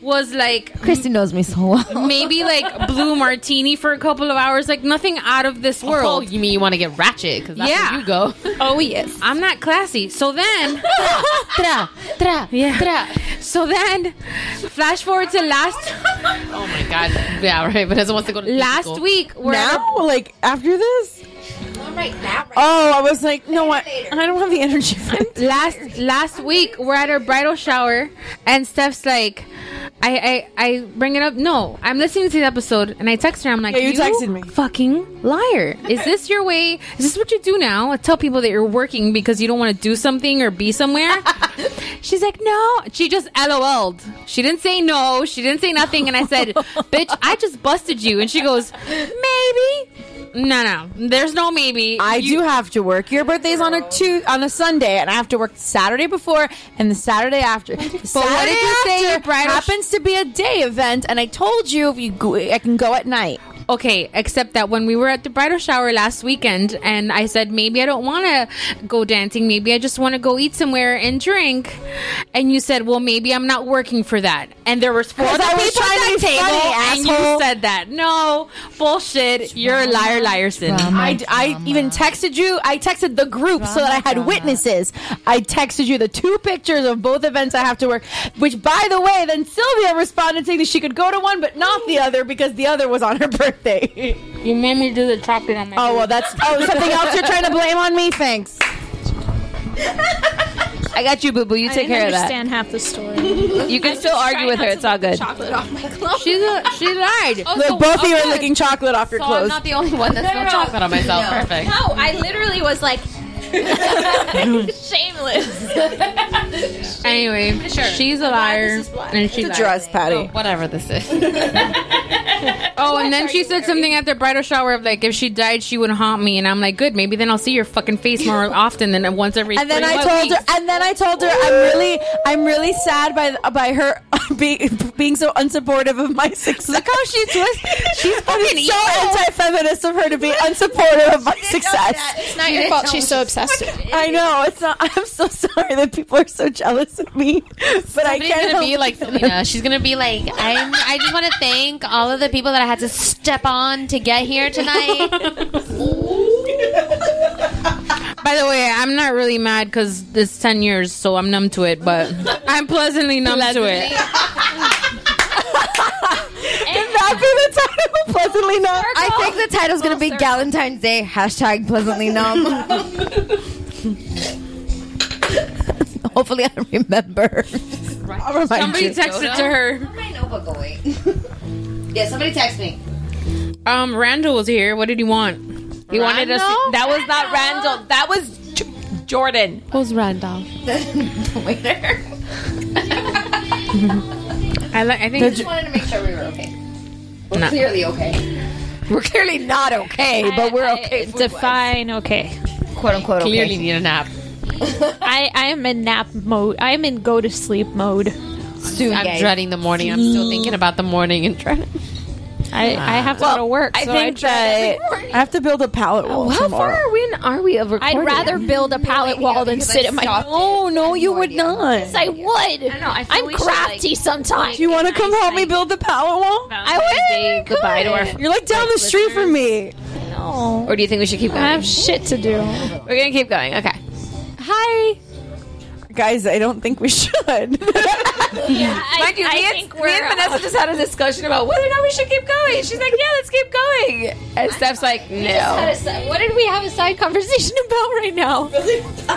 S10: was like
S8: Christy knows me so
S9: [laughs]
S8: well.
S10: maybe like blue martini for a couple of hours, like nothing out of this world.
S9: Oh, you mean you want to get ratchet? Because that's where you [laughs] go.
S10: Oh yes. I'm not classy. So then
S9: tra, tra,
S10: yeah. So then flash forward to last
S9: Oh my god. Yeah, right. But doesn't want to go to
S10: last week we're at
S13: now? Like after this?
S10: a-
S14: Oh, I was like, no, what? I don't have the energy
S9: [laughs]
S14: for it.
S9: last last week we're at our bridal shower and Steph's like I, I I bring it up. No, I'm listening to the episode and I text her. I'm like,
S14: Yeah, you texted me.
S9: fucking liar.
S14: [laughs]
S9: Is this your way? Is this what you do now? Tell people that you're working because you don't want to do something or
S14: [laughs]
S9: be somewhere. She's like, no. She just LOL'd. She didn't say no. She didn't say nothing. And I said,
S14: [laughs]
S9: bitch, I just busted you. And she goes, maybe. No, no. There's no maybe.
S10: I do have to work. Your birthday's on a two on a Sunday, and I have to work Saturday before and the Saturday after. The
S9: what
S10: Saturday
S9: did you say your
S10: after
S9: bridal sh-
S10: happens to be a day event, and I told you if you go, I can go at night.
S9: Okay, except that when we were at the bridal shower last weekend, and I said maybe I don't want to go dancing, maybe I just want to go eat somewhere and drink, and you said, well, maybe I'm not working for that, and there was four
S10: 'Cause
S9: other
S10: I
S9: people
S10: was trying to
S9: at that
S10: be
S9: table,
S10: funny,
S9: and you
S10: asshole.
S9: said that. No bullshit, you're a liar, liarson.
S10: I, I even texted you. I texted the group so that I had witnesses. I texted you the two pictures of both events I have to work. Which, by the way, then Sylvia responded saying that she could go to one but not the other because the other was on her [laughs] birthday.
S9: You made me do the chocolate on my.
S10: Oh well, that's oh something else you're trying to blame on me. Thanks. I got you, boo boo. You
S2: I
S10: take
S2: didn't
S10: care of that.
S2: understand half the story.
S10: You can still argue with her. It's all good.
S2: Chocolate off my clothes.
S9: She's a, she lied.
S10: Look, both of you are licking chocolate off your
S2: So I'm
S10: clothes.
S2: not the only one that's
S15: No, no, no. chocolate on myself.
S2: No.
S15: Perfect.
S2: No, I literally was like [laughs] shameless.
S9: Anyway, she's a liar, and she
S10: It's a
S9: lied.
S10: dress, Patty.
S9: whatever this is. [laughs] oh, and then she said something at the bridal shower of like, if she died, she would haunt me, and I'm like, good, maybe then I'll see your fucking face more often than once every.
S10: And then I
S9: 31
S10: told her.
S9: weeks.
S10: And then I told her I'm really, I'm really sad by by her [laughs] being being so unsupportive of my success. Look how she twists. She's
S9: fucking
S10: so anti-feminist of her to be unsupportive of my success.
S2: It's not your fault. She's so
S10: [laughs]
S2: obsessed. with it.
S9: eh?
S10: I know it's not. [laughs] I'm so sorry that people are so jealous of me, but I
S15: Somebody's
S10: can't
S15: gonna be
S10: help
S15: like
S10: it.
S15: Selena. She's gonna be like, I'm, I just want to thank all of the people that I had to step on to get here tonight.
S9: By the way, I'm not really mad because it's ten years, so I'm numb to it, but I'm pleasantly numb to it.
S10: Can that be the title? Pleasantly numb.
S8: I think the title's gonna be Galentine's Day hashtag pleasantly numb. Hopefully, I remember. I'll remind
S9: Somebody
S8: you.
S9: texted to her.
S8: my notebook away? [laughs] yeah, somebody text me.
S9: Um, Randall was here. What did he want? He wanted us.
S2: Randall?
S9: That was not Randall. That was J- Jordan.
S2: Who's Randolph?
S8: the waiter.
S9: I like. I
S8: I
S9: think
S8: just wanted to make sure we were okay. We're
S9: No.
S8: clearly okay. We're clearly not okay, but we're okay.
S2: Define okay.
S8: Quote unquote.
S15: Clearly
S8: Okay.
S15: need a nap.
S2: I, I am in nap mode. I am in go to sleep mode.
S8: Soon,
S15: I'm dreading the morning. I'm still thinking about the morning and trying.
S2: I, I have to go to work.
S10: Ah. I
S2: so
S10: think
S2: try
S10: that
S2: every [laughs] morning.
S10: I have to build a palette wall
S2: How far
S10: tomorrow.
S2: are
S9: we? In, are we of
S2: I'd rather build a pallet wall than sit in my.
S10: Oh no, you would not.
S2: Yes, I would. I
S9: I feel
S2: am
S9: we should,
S2: crafty sometimes.
S10: Do you want to come help me build the pallet wall?
S2: I would. Goodbye to our.
S10: You're like down the street from me.
S6: Or do you think we should keep going?
S2: I have shit to do.
S6: We're gonna keep going. Okay.
S10: Hi. Guys, I don't think we should.
S2: Yeah, I,
S6: Mind you, me, and,
S2: think
S6: me and Vanessa just had a discussion about whether or not we should keep going. She's like, yeah, let's keep going. And Steph's like, no.
S2: what did we have a side conversation [laughs] about right now? Building
S6: [laughs]
S2: a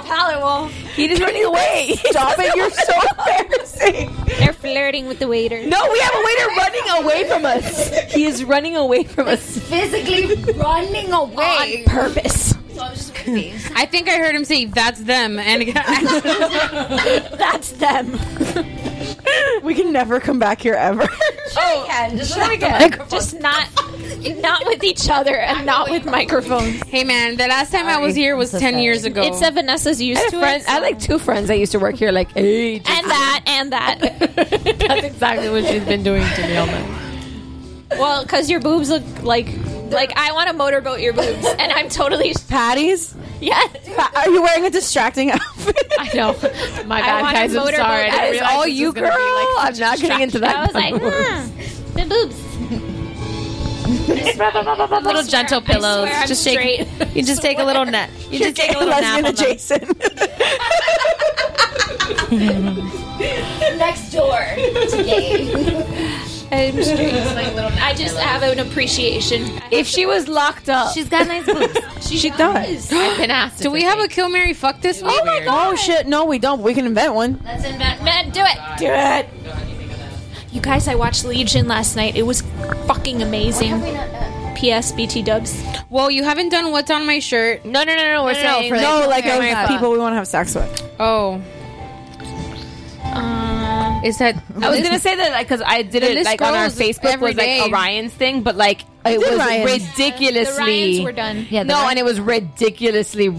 S2: pallet wall.
S6: He just running away.
S10: Stop it, you're so embarrassing.
S2: They're flirting with the waiter.
S10: No, we have a waiter running away from us. He is running away from [laughs] us.
S8: physically [laughs] running away.
S2: Purpose.
S9: I think I heard him say, "That's
S6: [laughs]
S9: them," and
S2: That's them.
S10: We can never come back here ever.
S8: Oh, again, just run again.
S2: Just not, not with each other and not with microphones.
S9: Hey man, the last time I was here was
S8: so
S9: ten
S8: sorry.
S9: years ago.
S2: It's that Vanessa's
S6: I
S2: used
S6: had,
S2: to
S6: a friend,
S2: it.
S6: I had like two friends that used to work here, like, hey, just-
S2: and that, and that.
S15: That's exactly what she's been doing to me all night.
S2: Well, because your boobs look like, like I want to motorboat your boobs, and I'm totally
S10: Patties,
S2: yes.
S10: Pa- are you wearing a distracting outfit?
S15: I know. My
S2: I
S15: bad,
S2: want a
S15: guys. I'm
S2: motorboat.
S15: sorry. I didn't
S2: That is
S15: realize
S6: all
S15: this
S6: you,
S15: was gonna be,
S6: girl.
S15: like,
S6: I'm not getting into that.
S2: I was like, hmm, the [laughs] boobs.
S15: little gentle pillows.
S2: swear I'm
S15: Just shake.
S2: straight.
S15: You just take a
S2: [laughs]
S15: little nap. You just take a little nap.
S10: lesbian
S15: on them.
S10: adjacent.
S8: Next door to gay.
S2: I'm straight. Like little, I just have an appreciation.
S6: If she was locked up,
S2: she's got nice boobs.
S10: She, does.
S9: I've been asked.
S11: Do we have a kill Mary fuck this week?
S10: Oh shit! No, we don't. but We can invent one.
S2: Let's invent. Man, do it. Do it. You guys, I watched Legion last night. It was fucking amazing. P.S. BT dubs.
S11: Well, you haven't done what's on my shirt.
S6: No, no, no, no. We're saying
S10: no, like
S11: Kill Mary
S10: those
S11: fuck.
S10: people we want to have sex with.
S11: Oh.
S2: Uh,
S11: Is that?
S8: Oh,
S6: I was gonna say that like because I did
S11: The
S6: it
S11: list
S6: like on our
S11: goes
S6: Facebook
S11: every
S6: was like
S11: day.
S6: a Ryan's thing, but like it
S11: did
S6: was
S11: Ryan's.
S6: ridiculously.
S11: The Ryans were done. Yeah, the
S6: no,
S11: Ry-
S6: and it was ridiculously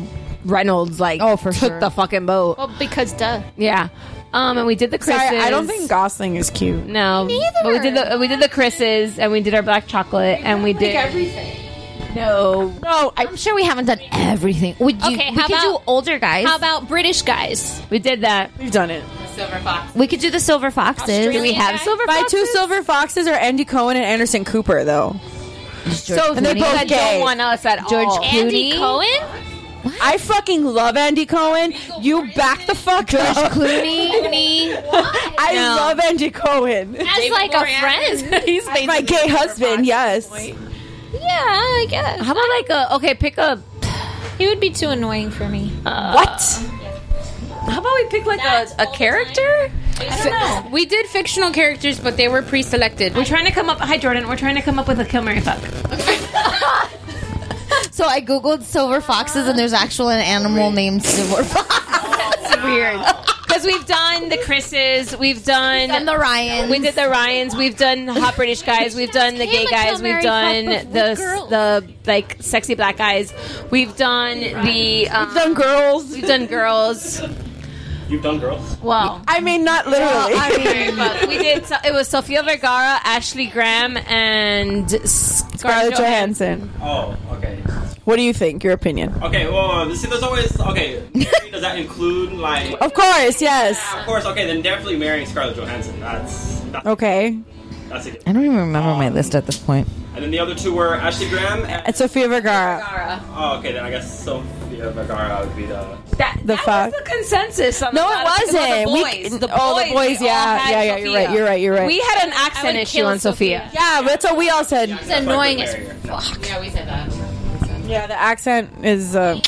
S6: Reynolds like oh for took
S11: sure.
S6: the fucking boat.
S2: Well, because duh.
S6: Yeah, um, and we did the Chris's.
S10: Sorry, I don't think Gosling is cute.
S6: no, but we did the we did the Chris's and we did our black chocolate and we did no
S10: no. I,
S8: am sure we haven't done everything. Would you?
S2: Okay,
S8: we
S2: how
S8: could do
S2: about-
S8: older guys.
S2: How about British guys?
S6: We did that.
S10: We've done it.
S9: Silver Fox.
S8: we could do the silver foxes.
S10: Do we
S6: have silver
S10: By two silver foxes are Andy Cohen and Anderson Cooper, though.
S6: so
S10: and they're
S6: people
S10: both
S6: that don't
S10: gay.
S6: want us at
S10: George
S6: all.
S2: Andy Cohen?
S10: I fucking love Andy Cohen. You back the fuck George up. [laughs] I
S2: No.
S10: love Andy Cohen.
S2: As like a
S6: [laughs]
S2: friend.
S6: He's
S10: my gay husband. Yes.
S2: Yeah, I guess.
S6: How about like a okay pick a
S2: He would be too annoying for me.
S10: what?
S6: How about we pick like a, a character?
S11: We did fictional characters, but they were pre-selected.
S6: We're trying to come up. Hi, Jordan. We're trying to come up with a kill Mary fuck.
S8: So I googled silver foxes, and there's actual an animal named silver fox.
S6: It's weird because we've done the Chris's, we've done
S8: And the Ryan.
S6: we did the Ryans, we've done hot [laughs] British guys, we've done the gay
S2: Came a
S6: guys, we've
S2: Mary
S6: done
S2: fuck, but
S6: the
S2: with girls.
S6: the like sexy black guys, we've done the um,
S10: We've done girls.
S6: we've done
S10: [laughs]
S6: girls.
S4: You've done girls.
S6: Well.
S10: I mean, not literally.
S6: I mean, we did. It was Sofia Vergara, Ashley Graham, and Scarlett,
S10: [laughs] Scarlett Johansson.
S4: Oh, okay.
S10: What do you think? Your opinion?
S4: Okay, well, uh, see, there's always. Okay, Mary, does that include, like.
S10: Of course, yes.
S4: Of course, okay, then definitely marrying Scarlett Johansson. That's. that's
S10: Okay.
S4: That's a given.
S8: I don't even remember my list at this point.
S4: And then the other two were Ashley Graham and.
S10: And Sofia Vergara.
S4: Oh, okay, then I guess Sophia Vergara would be the.
S6: That,
S10: The
S6: that
S10: fuck?
S6: was the consensus. On
S10: No,
S6: a
S10: it
S6: lot of people.
S10: wasn't. We-
S6: The boys. the boys.
S10: oh, the boys,
S6: they all
S10: yeah,
S6: had
S10: yeah, yeah, you're right,
S6: Sophia.
S10: you're right, you're right.
S6: We had an accent
S2: would
S6: issue
S2: kill
S6: on Sophia.
S10: Yeah, that's what we all said.
S2: It's annoying as
S9: Yeah, we said that.
S10: Yeah, the accent is. Uh,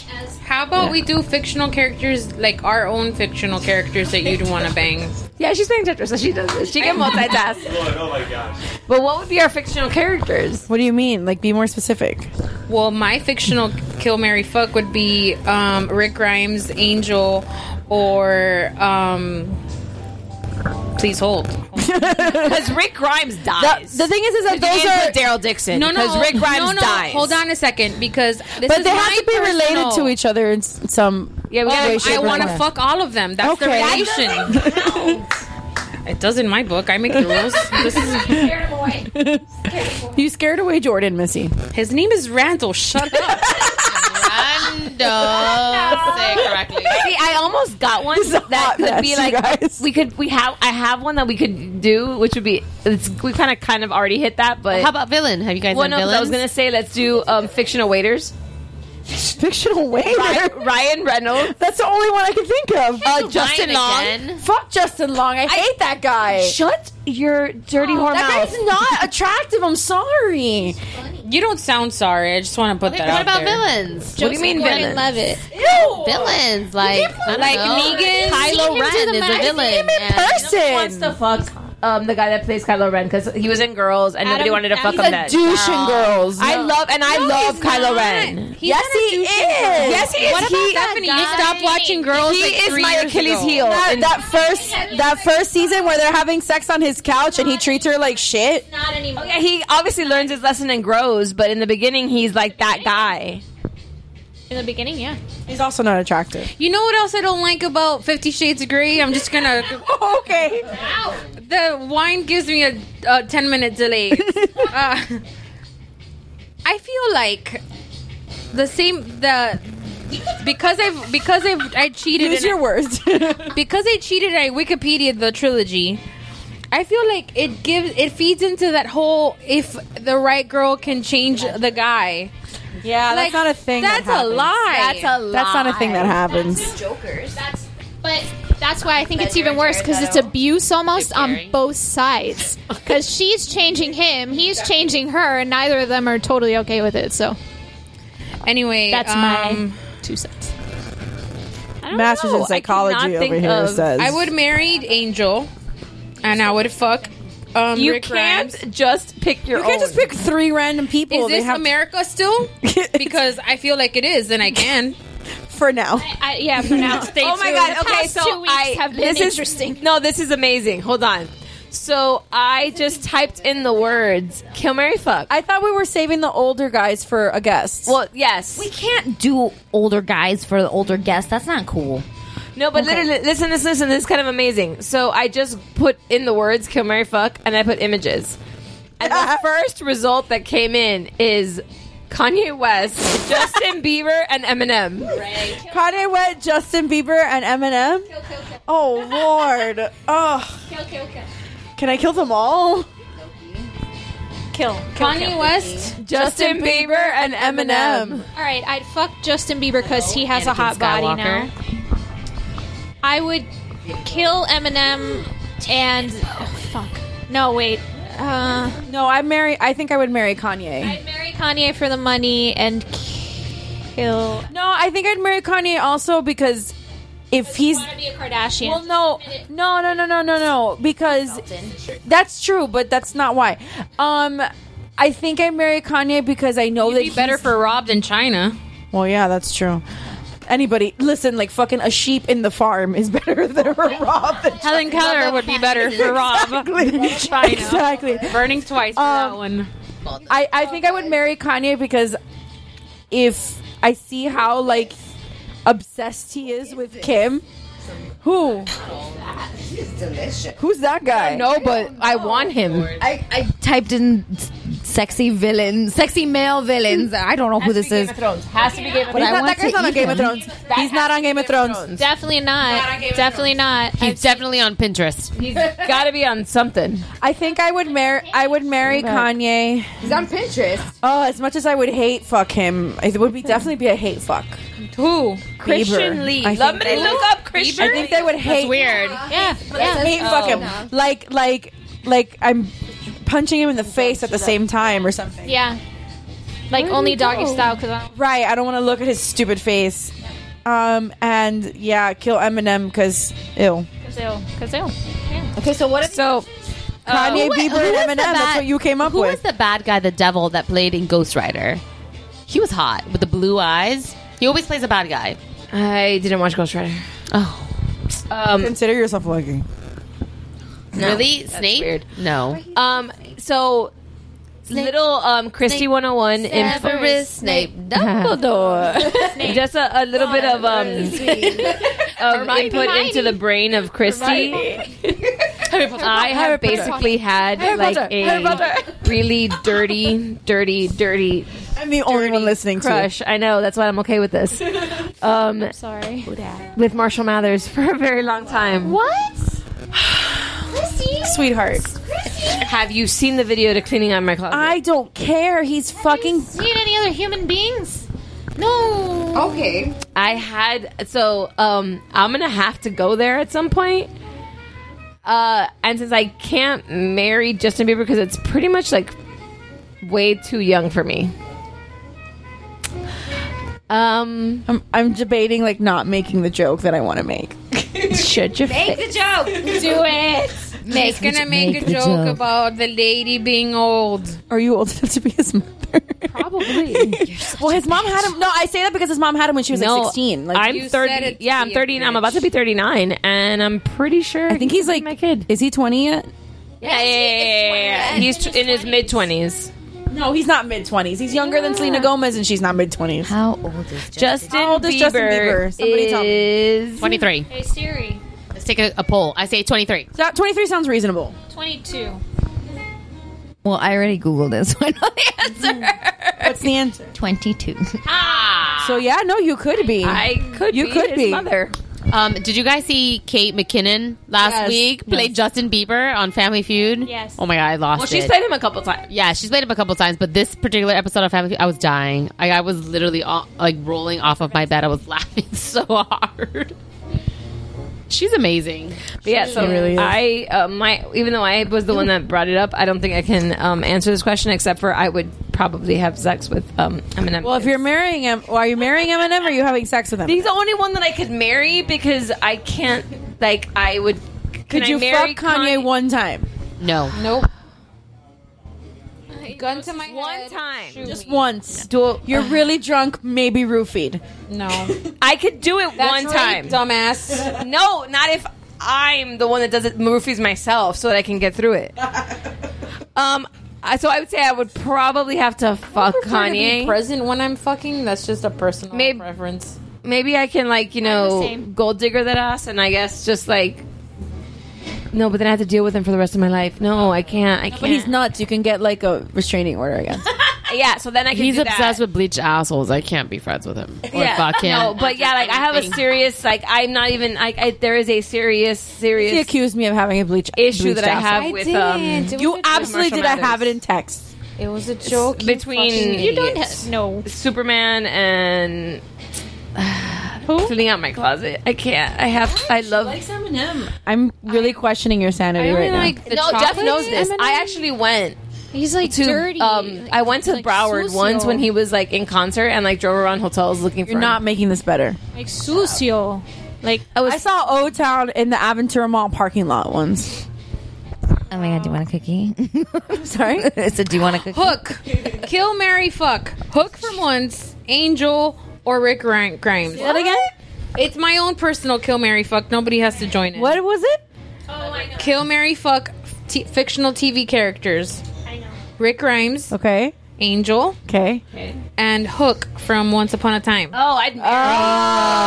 S11: How about we do fictional characters, like our own fictional characters that you'd want to bang?
S6: Yeah, she's playing Tetris, so she does this. She can multitask.
S4: Oh, oh my gosh.
S6: but what would be our fictional characters?
S10: what do you mean? Like, be more specific.
S11: Well, my fictional kill Mary fuck would be um, Rick Grimes, Angel, or um, please hold.
S6: Because Rick Grimes
S10: The,
S6: dies.
S10: Uh, the thing is, is that
S6: Because
S10: those
S6: you
S10: are.
S6: can't put Daryl Dixon.
S11: No, no,
S6: because Rick Grimes
S11: no, no.
S6: dies.
S11: Hold on a second, because this
S10: But
S11: is
S10: they
S11: my
S10: have to be related
S11: personal-
S10: to each other in s- some
S6: Yeah, we
S11: Oh,
S6: gotta.
S10: way, shape,
S11: I
S10: or
S11: want to
S10: form.
S11: fuck all of them. That's the
S10: Okay.
S11: relation.
S10: [laughs]
S11: it does in my book. I make the [laughs] rules. This is,
S10: You scared away Jordan, [laughs] Missy.
S11: his name is Randall. Shut
S6: [laughs]
S11: up.
S9: Randall, say it correctly.
S6: See, I almost got one
S10: is a
S6: that
S10: hot
S6: could
S10: mess,
S6: be
S10: you
S6: like
S10: guys.
S6: we could we have I have one that we could do, which would be it's, we kind of kind of already hit that, but
S9: How about villain? Have you guys
S6: Well,
S9: done
S6: no, 'cause
S9: villains?
S6: I was gonna say let's do um, fictional waiters.
S10: [laughs] Fictional waiter.
S6: [laughs] Ryan, Ryan Reynolds,
S10: That's the only one I can think of.
S6: uh, Justin Long.
S10: Fuck Justin Long. I hate that guy.
S6: Shut your dirty whore
S10: That
S6: mouth.
S10: guy's not attractive. I'm sorry.
S11: You don't sound sorry. I just want to put that
S9: What
S11: out
S9: about
S11: there.
S9: villains?
S6: What do you mean
S2: I
S6: villain?
S2: love it.
S9: Villains like I don't
S11: Like
S9: know.
S11: Negan.
S2: Seen
S9: Kylo
S2: him do
S9: Ren
S2: the
S9: is a
S2: mask.
S9: villain.
S10: In
S9: and-
S6: Who wants
S10: person.
S6: to fuck um, the guy that plays Kylo Ren because he was in Girls and nobody
S11: Adam-
S6: wanted to fuck
S11: he's
S6: him
S11: a
S6: then.
S10: Douche and girls.
S6: I love and I love Kylo Ren.
S11: He's
S10: yes, he is.
S6: Yes, he is.
S11: What about
S6: he,
S11: Stephanie? You
S9: guy?
S11: stopped watching girls.
S6: He
S11: like
S6: is
S11: three
S6: my
S11: years
S6: Achilles
S11: ago.
S6: heel.
S10: That,
S6: And-
S10: that first that first season where they're having sex on his couch and he treats her like shit.
S2: Not anymore.
S6: Yeah, he obviously learns his lesson and grows, but in the beginning, he's like that guy.
S2: In the beginning, yeah.
S10: He's also not attractive.
S11: [laughs] You know what else I don't like about Fifty Shades of Grey? I'm just gonna.
S10: okay.
S11: The wine gives me a, a ten minute
S6: [laughs]
S11: delay. uh, I feel like the same the because I've because I've I cheated
S10: Use
S11: and- [laughs]
S10: your words.
S11: because I cheated. I Wikipedia the trilogy. I feel like it gives it feeds into that whole if the right girl can change the guy.
S10: yeah,
S11: Like, That's a lie.
S10: That's not a thing that happens.
S2: Jokers. That's but That's why I think it's even worse because it's abuse almost on both sides. Because she's changing him, he's changing her, and neither of them are totally okay with it. So,
S11: anyway,
S2: that's
S11: um,
S2: my two cents.
S10: Masters in psychology over here says.
S11: I would marry Angel, and I would fuck. Um,
S6: You
S11: Rick
S6: can't
S11: Grimes.
S6: just pick your
S11: You can't
S6: own.
S11: just pick
S10: three random people.
S11: Is
S10: They
S11: this
S10: have-
S11: America still? because I feel like it is. Then I can.
S10: For now.
S2: I, yeah, for now. [laughs] Stay
S6: oh my
S2: tuned.
S6: god.
S2: The
S6: Okay,
S2: past
S6: so
S2: two weeks
S6: I
S2: have been
S6: this is-
S2: interesting. [laughs]
S6: no, this is amazing. Hold on. So I just typed in the words "kill, marry, fuck."
S10: I thought we were saving the older guys for a guest.
S6: Well, yes. We
S8: can't do older guys for the older guests. That's not cool.
S6: No, but literally, listen, listen, listen. This is kind of amazing. So I just put in the words "kill, marry, fuck" and I put images. And the first result that came in is Kanye West, Justin Bieber, and Eminem.
S10: Kanye West, Justin Bieber, and Eminem. Oh Lord! Oh,
S2: Kill, kill, kill.
S10: can I kill them all?
S2: Kill.
S11: Kanye West,
S10: Justin Bieber, and Eminem.
S2: All right, I'd fuck Justin Bieber because he has a
S11: Anakin
S2: hot body
S11: Skywalker.
S2: now. I would kill Eminem and oh, fuck. No, wait. Uh,
S10: no, I marry. I think I would marry Kanye.
S2: I'd marry Kanye for the money and kill.
S10: No, I think I'd marry Kanye also because if he's
S2: want to be a Kardashian.
S10: Well, no, no, no, no, no, no, no, because that's true, but that's not why. Um, I think I marry Kanye because I know that
S11: be
S10: he's
S11: better for Rob than China.
S10: Well, yeah, that's true. Anybody listen? Like fucking a sheep in the farm is [laughs] better than a Rob. [laughs] Than
S11: Helen Keller would be better for Rob.
S6: [laughs]
S10: Exactly. exactly.
S11: Burning twice for
S10: Um,
S11: that one.
S10: I, I think I would marry Kanye because if I see how like obsessed he is with Kim, who
S8: delicious.
S10: who's that guy?
S6: No, but I want him.
S8: I, I typed in s- sexy villain, sexy male villains. I don't know who this is.
S6: Has to be Game
S8: But I want to eat him.
S10: He's not on Game of Thrones.
S2: Definitely not. Definitely not.
S9: He's definitely on Pinterest.
S6: He's got to be on something.
S10: I think I would marry. I would marry Kanye.
S8: He's on Pinterest.
S10: Oh, as much as I would hate fuck him, it [laughs] would be definitely be a hate fuck.
S11: Who?
S6: Christian Lee. Let me look up Christian
S10: I think they would
S6: Lee.
S10: hate.
S6: That's weird.
S2: Yeah.
S6: Yeah.
S10: Hate fuck him.
S6: Oh.
S10: Like like like I'm punching him in the face at the same time or something.
S2: Oh. Yeah. Like
S10: Where did
S2: only
S10: he
S2: doggy
S10: go?
S2: style because I'm.
S10: Right. I don't want to look at his stupid face. Um and yeah, kill Eminem because ew.
S2: Cause ill. Cause ill. Yeah.
S8: Okay, so what? If
S10: so Kanye
S9: Who-
S10: Bieber
S9: who
S10: and
S9: was the
S10: Eminem. That's
S9: bad-
S10: what you came up
S9: who
S10: with.
S9: was the bad guy, the devil that played in Ghost Rider? He was hot with the blue eyes. He always plays a bad guy.
S6: I didn't watch Ghost Rider.
S9: Oh,
S6: Um,
S10: Consider yourself lucky.
S9: really? Snape? No.
S6: Um. So, little um Christy 101 info.
S9: Severus Snape
S6: Dumbledore. Just a, a little bit of um of
S9: Hermione.
S6: input into the brain of Christy. I
S9: Harry
S6: have
S9: Potter.
S6: basically had
S10: Harry
S6: like
S10: Potter. Harry
S6: a really dirty, dirty, dirty
S10: I'm the only one listening
S6: crush.
S10: to
S6: I know that's why I'm okay with this. Um,
S2: sorry.
S6: with Marshall Mathers for a very long time.
S2: What?
S10: Sweetheart.
S6: Have you seen the video to cleaning out my closet?
S10: I don't care. He's fucking
S2: Need any other human beings? No.
S8: Okay.
S6: I had so um I'm gonna have to go there at some point. Uh, and since I can't marry Justin Bieber because it's pretty much like way too young for me. Um,
S10: I'm, I'm debating like not making the joke that I want to make.
S6: Should you
S11: Make the joke.
S2: Do it.
S11: Make She's gonna make,
S10: make
S11: a
S10: the
S11: joke,
S10: joke.
S11: about the lady being old.
S10: Are you old [laughs] enough to be his mother?
S2: [laughs]
S6: Probably.
S10: well, his mom had him. No, I say that because his mom had him when she was like 16. Like
S6: I'm 30. Yeah, I'm 30. I'm about to be 39, and I'm pretty sure.
S10: I think he's like my kid. Is he 20 yet?
S6: yeah, yeah, yeah, yeah, yeah. He's tr- in his mid 20s.
S10: No, he's not mid 20s. He's younger than Selena Gomez, and she's not mid 20s.
S8: How old is
S6: Justin
S10: How old is
S6: Bieber,
S10: Justin Bieber? Somebody tell me.
S6: is
S9: 23.
S2: Hey Siri.
S9: Let's take a, a poll. I say 23.
S10: That 23 sounds reasonable.
S2: Twenty-two.
S8: Well, I already googled it, so [laughs] I know the answer.
S10: What's the answer?
S8: Twenty-two.
S11: Ah!
S10: So yeah, no, you could be.
S6: I could.
S10: You
S6: be
S10: could
S6: his
S10: be.
S6: mother.
S9: Um, did you guys see Kate McKinnon last
S6: Yes.
S9: week play Justin Bieber on Family Feud?
S2: Yes.
S9: Oh my god, I lost
S6: Well, she's
S9: it.
S6: played him a couple times.
S9: yeah, she's played him a couple times, but this particular episode of Family Feud, I was dying. I, I was [laughs] literally all, like rolling off of my bed. I was laughing so hard. She's amazing.
S6: But yeah, so
S9: She really is.
S6: I uh, my even though I was the one that brought it up, I don't think I can um, answer this question except for I would probably have sex with um, Eminem.
S10: Well, if you're marrying him, well, are you marrying Eminem or are you having sex with him?
S6: He's the only one that I could marry because I can't. Like I would.
S10: Could
S6: can
S10: you
S6: I marry
S10: fuck Kanye one time?
S9: No.
S11: Nope.
S10: Gun to my
S6: one time,
S10: just once. Do
S6: [sighs]
S10: you're really drunk? Maybe roofied.
S11: No,
S6: I could do it
S11: That's
S6: one
S11: rape,
S6: time,
S11: dumbass.
S6: [laughs] No, not if I'm the one that does it. Murphy's myself, so that I can get
S11: [laughs]
S6: through it. um, I, so I would say I would probably have to fuck
S11: Trying to be
S6: Kanye.
S11: present when I'm fucking. That's just a personal preference.
S6: Maybe I can like you know gold digger that ass, and I guess just like. No, but then I have to deal with him for the rest of my life. No, I can't. I can't.
S10: But he's nuts. You can get like a restraining
S6: [laughs]
S10: order against.
S6: yeah, so then I can
S16: He's
S6: do that.
S16: obsessed with bleached assholes. I can't be friends with him. Or
S6: yeah.
S16: fuck him.
S6: No, but yeah, like I have a serious, like I'm not even like I, there is a serious, serious.
S10: He accused me of having a bleach
S6: issue that I
S10: bleached
S6: have
S10: asshole.
S6: with um.
S10: you absolutely did. I have it in text.
S11: It was a
S6: joke between
S11: you don't
S6: no Superman and [sighs] who cleaning out my closet. I can't. I have. I love.
S11: Eminem.
S10: I'm really questioning your sanity right now.
S6: no, Jeff knows this. I actually went.
S2: He's like
S6: to,
S2: dirty.
S6: Um, I went to Broward once when he was like in concert and like drove around hotels looking for.
S10: You're not making this better.
S2: Like sucio. Like
S6: I
S10: was. I saw O Town in the Aventura Mall parking lot once. [laughs]
S8: Oh my god, do you want a cookie? [laughs]
S10: I'm sorry.
S8: so do you want a cookie?
S11: [laughs] Hook, kill, Mary, fuck. Hook from once, Angel or Rick Gr- Grimes.
S10: Say that again?
S11: It's my own personal kill, Mary, fuck. Nobody has to join it.
S10: What was it?
S11: Oh, Kill, Mary, fuck. T- fictional TV characters. I know. Rick Grimes.
S10: Okay.
S11: Angel.
S10: Okay.
S11: And Hook from Once Upon a Time.
S6: Oh, I'd marry.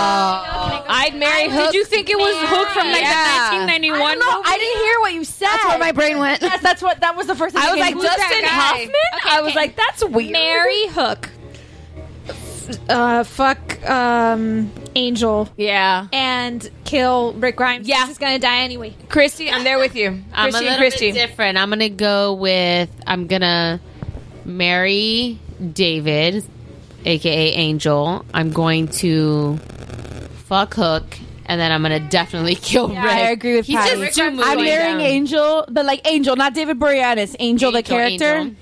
S6: I'd marry Hook.
S11: Did you think it was Hook from like that 1991?
S10: I, don't know. I didn't hear what you said. That's where my brain went. Yes, that's what. That was the first. Thing
S6: I was
S10: that
S6: like
S10: came to mind.
S6: Dustin Hoffman. I was like, that's weird.
S2: Mary Hook. Uh, fuck um, Angel.
S6: Yeah.
S2: And kill Rick Grimes. Yeah. He's going to die anyway.
S6: Christy, I'm there with you.
S2: I'm
S9: I'm
S2: Christy
S9: a little
S2: Christy.
S9: bit different. I'm gonna go with I'm gonna marry David, aka Angel. I'm going to fuck Hook, and then I'm gonna definitely [laughs] kill
S10: Yeah,
S9: Rick.
S10: I agree with
S9: He's
S10: Patty.
S9: just too um,
S10: I'm marrying Angel, but like Angel, not David Boreanaz. Angel, the character.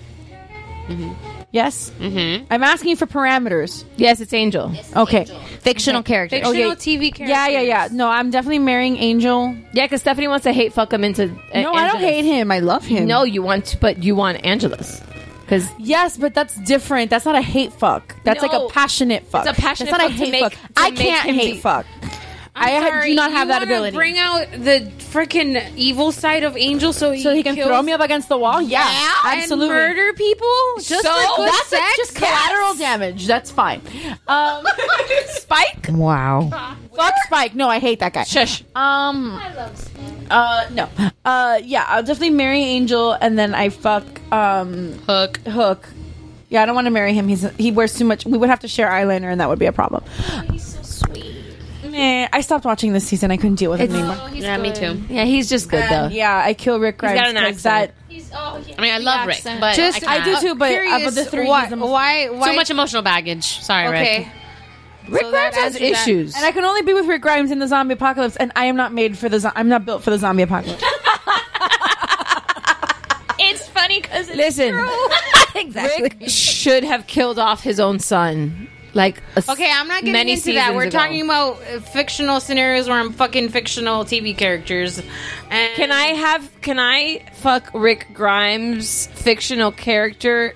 S10: Yes. Mm-hmm. I'm asking for parameters.
S6: Yes, it's Angel.
S10: okay.
S8: Fictional character.
S11: Fictional TV character.
S10: Yeah, yeah, yeah. No, I'm definitely marrying Angel.
S6: Yeah, because Stephanie wants to hate fuck him into. No,
S10: No, I don't hate him. I love him.
S6: Uh, No, you want, to, but you want Angelus. Because
S10: Yes, but that's different. That's not a hate fuck. That's
S6: No.
S10: like a passionate fuck.
S6: It's a passionate
S10: That's not
S6: fuck
S10: a
S6: to
S10: hate
S6: make-
S10: fuck.
S6: to
S10: I
S6: make
S10: can't
S6: him
S10: hate
S6: be-
S10: fuck. I ha- do not
S11: you
S10: have that
S11: wanna
S10: ability.
S11: Bring out the freaking evil side of Angel, so he
S10: so he can
S11: kills-
S10: throw me up against the wall. Yeah,
S11: and
S10: absolutely.
S11: murder people. Just
S10: so
S11: for good
S10: that's
S11: sex?
S10: like just collateral damage. That's fine. Um, Spike,
S8: Wow.
S10: fuck Spike. No, I hate that guy. Shush. Um, I love Spike. Uh, no. Uh, yeah, I'll definitely marry Angel, and then I fuck um
S9: Hook.
S10: Hook. Yeah, I don't want to marry him. He's he wears too much. We would have to share eyeliner, and that would be a problem.
S11: He's so sweet.
S10: Meh, I stopped watching this season. I couldn't deal with him anymore.
S9: Yeah,
S2: Oh,
S9: me too.
S6: Yeah, he's just good
S10: And, yeah, I kill Rick Grimes.
S9: got an
S10: 'cause
S9: accent.
S10: that-
S2: oh,
S9: I mean, I love Rick,
S11: accent.
S9: but
S11: Just-
S9: I,
S11: I do too, but, uh,
S9: out
S11: but
S9: of
S11: the three Why- of them- why- why-
S9: Too much emotional baggage. Sorry, Rick.
S11: Okay.
S10: Rick
S2: Oh,
S11: So that
S10: Grimes has
S11: adds to that.
S10: issues, and I can only be with Rick Grimes in the zombie apocalypse. And I am not made for the. Zo- I'm not built for the zombie apocalypse.
S2: It's funny because it's
S6: Listen.
S2: true.
S8: [laughs]
S6: Rick should have killed off his own son. Like a s-
S11: Okay, I'm not getting
S6: many
S11: into that.
S6: seasons
S11: We're
S6: ago.
S11: talking about uh, fictional scenarios where I'm fucking fictional TV characters. And
S6: Can I have? Can I fuck Rick Grimes' fictional character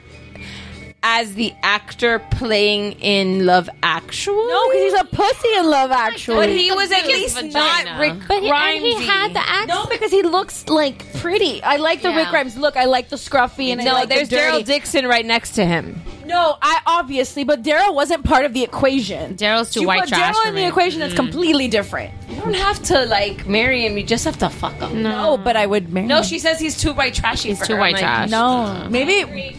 S6: as the actor playing in Love Actually?
S10: no, because he's a pussy in Love Actually.
S6: But he was at least not Rick
S2: But he,
S6: Grimes.
S2: and he had the accent.
S10: No, because he looks like pretty. I like the
S6: Yeah.
S10: Rick Grimes look. I like the scruffy and I
S6: no,
S10: like the
S6: there's
S10: dirty.
S6: Daryl Dixon right next to him.
S10: No, I obviously, but Daryl wasn't part of the equation.
S9: Daryl's too
S10: you
S9: white
S10: put
S9: trash
S10: Daryl
S9: for
S10: in
S9: me.
S10: the equation that's completely different.
S6: You don't have to like marry him. You just have to fuck him.
S10: No, but I would marry.
S9: Oh,
S6: No, she says he's too white trashy. He's for
S9: too
S6: her.
S9: white
S6: I'm
S9: trash.
S10: No,
S2: I
S10: maybe
S2: agree.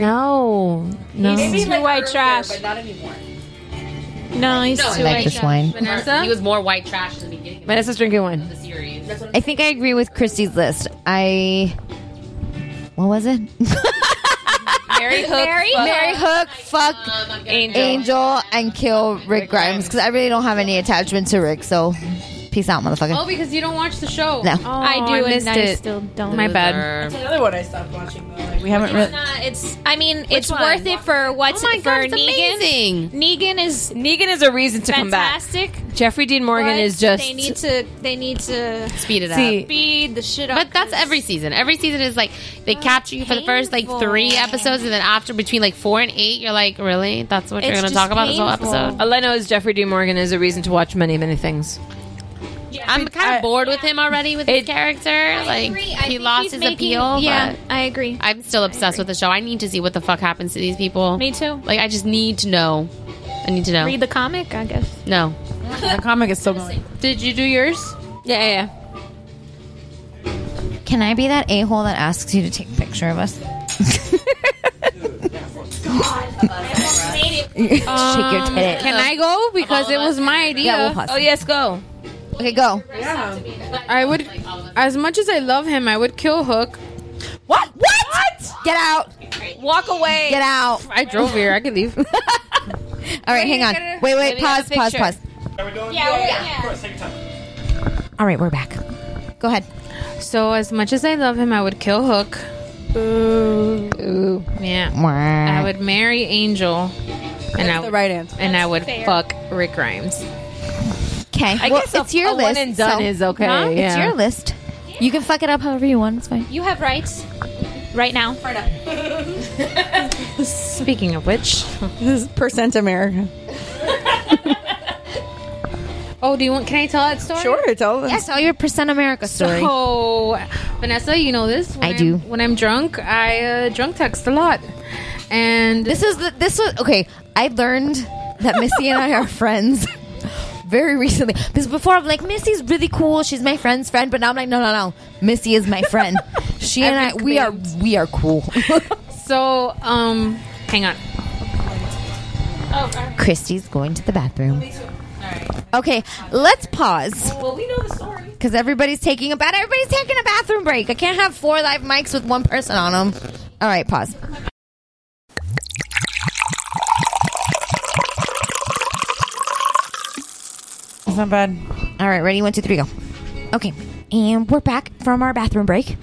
S6: No, no.
S2: He's too white trash.
S6: not anymore.
S2: No, he's
S9: No,
S2: too
S9: I like
S2: white
S9: this
S2: trash.
S8: wine.
S9: Vanessa? He was more white trash in the beginning of
S6: Vanessa's drinking one.
S9: the series.
S8: I think I agree with Christy's list. I. What was it?
S6: Mary Hook.
S2: Mary
S6: fuck-
S8: Mary Hook, fuck Angel. and kill Rick Grimes because I really don't have any attachment to Rick. So, Peace out, motherfucker.
S9: Oh, because you don't watch the show.
S8: No.
S9: Oh,
S8: I
S9: I
S8: do,
S9: do.
S8: and
S9: missed
S8: I
S9: it.
S8: still don't.
S9: My bad.
S8: Loser.
S10: Another one I stopped watching though. Like, we
S2: It's
S10: haven't really.
S2: not. It's. I mean, it's
S9: one?
S2: worth it for what's
S9: Oh my
S2: for
S9: God, it's
S2: Negan.
S9: amazing.
S2: Negan is
S9: Negan is a reason to come back.
S2: fantastic.
S9: Jeffrey Dean Morgan
S2: but
S9: is just.
S2: They need to. They need to
S6: Speed it up.
S2: Speed the shit up.
S6: But that's every season. Every season is like they capture you for the first like three episodes, and then after between like four and eight, you're like, really? That's what you're
S9: It's
S6: going to
S9: just
S6: talk about this whole
S9: painful.
S6: episode?
S9: All I know is Jeffrey Dean Morgan is a reason to watch many, many things.
S6: I'm kind of bored with him already with his character. like
S2: agree. I
S6: he
S2: think
S6: lost
S2: he's
S6: his
S2: making-
S6: appeal.
S2: yeah,
S6: I
S2: agree.
S6: I'm still obsessed with the show. I need to see what the fuck happens to these people.
S2: Me too.
S6: Like I just need to know. I need to know.
S2: Read the comic, I guess.
S6: no.
S10: The comic is still going.
S9: Did you do yours? Yeah, yeah.
S8: Can I be that a hole that asks you to take a picture of us? [laughs] Shake your titties.
S9: Um, Can I go? Because it was my idea.
S8: Yeah, we'll pause.
S9: oh yes, go.
S8: Okay, go.
S9: I would, as much as I love him, I would kill Hook.
S8: What? What? Get out!
S9: Walk away!
S8: Get out!
S9: I drove here. I could
S10: [laughs]
S9: leave.
S8: All right, hang on. Wait, wait.
S9: Maybe I
S8: Pause.
S9: got a
S8: Pause. Pause.
S9: picture.
S4: Are we doing?
S9: Yeah,
S4: Of course, take your time.
S8: All right, we're back. Go ahead.
S9: So, as much as I love him, I would kill Hook. Ooh. Yeah. I would marry Angel. And I
S10: the
S9: would,
S10: right answer.
S9: And I would
S10: fair.
S9: fuck Rick Grimes.
S8: Okay.
S9: I
S8: well,
S9: guess a-
S8: it's your
S9: a
S8: list.
S9: one and done
S8: so-
S9: is okay,
S8: Huh? It's
S9: yeah.
S8: your list. You can fuck it up however you want. It's fine.
S2: You have rights right now.
S9: Speaking of which,
S10: This is percent America.
S9: oh, do you want? Can I tell that story?
S10: Sure, tell them.
S8: Yes, all your percent America
S9: [laughs]
S8: story.
S9: So, Oh, Vanessa, you know this. When
S8: I
S9: I'm-
S8: do.
S9: When I'm drunk, I uh, drunk text a lot, and
S8: This is the, this was okay. I learned that Missy and I
S9: [laughs]
S8: are friends very recently because before I'm like Missy's really cool. She's my friend's friend, but now I'm like no, no, no. Missy is my
S9: [laughs]
S8: friend. She and I we are we are cool. [laughs]
S9: so um, hang on.
S8: Christy's going to the bathroom. Okay, let's pause.
S9: Oh, Well, we know the story.
S8: Because everybody's taking a bath. Everybody's taking a bathroom break. I can't have four live mics with one person on them. All right, pause.
S10: It's not bad.
S8: All right, ready? One, two, three, go. Okay, and we're back from our bathroom break.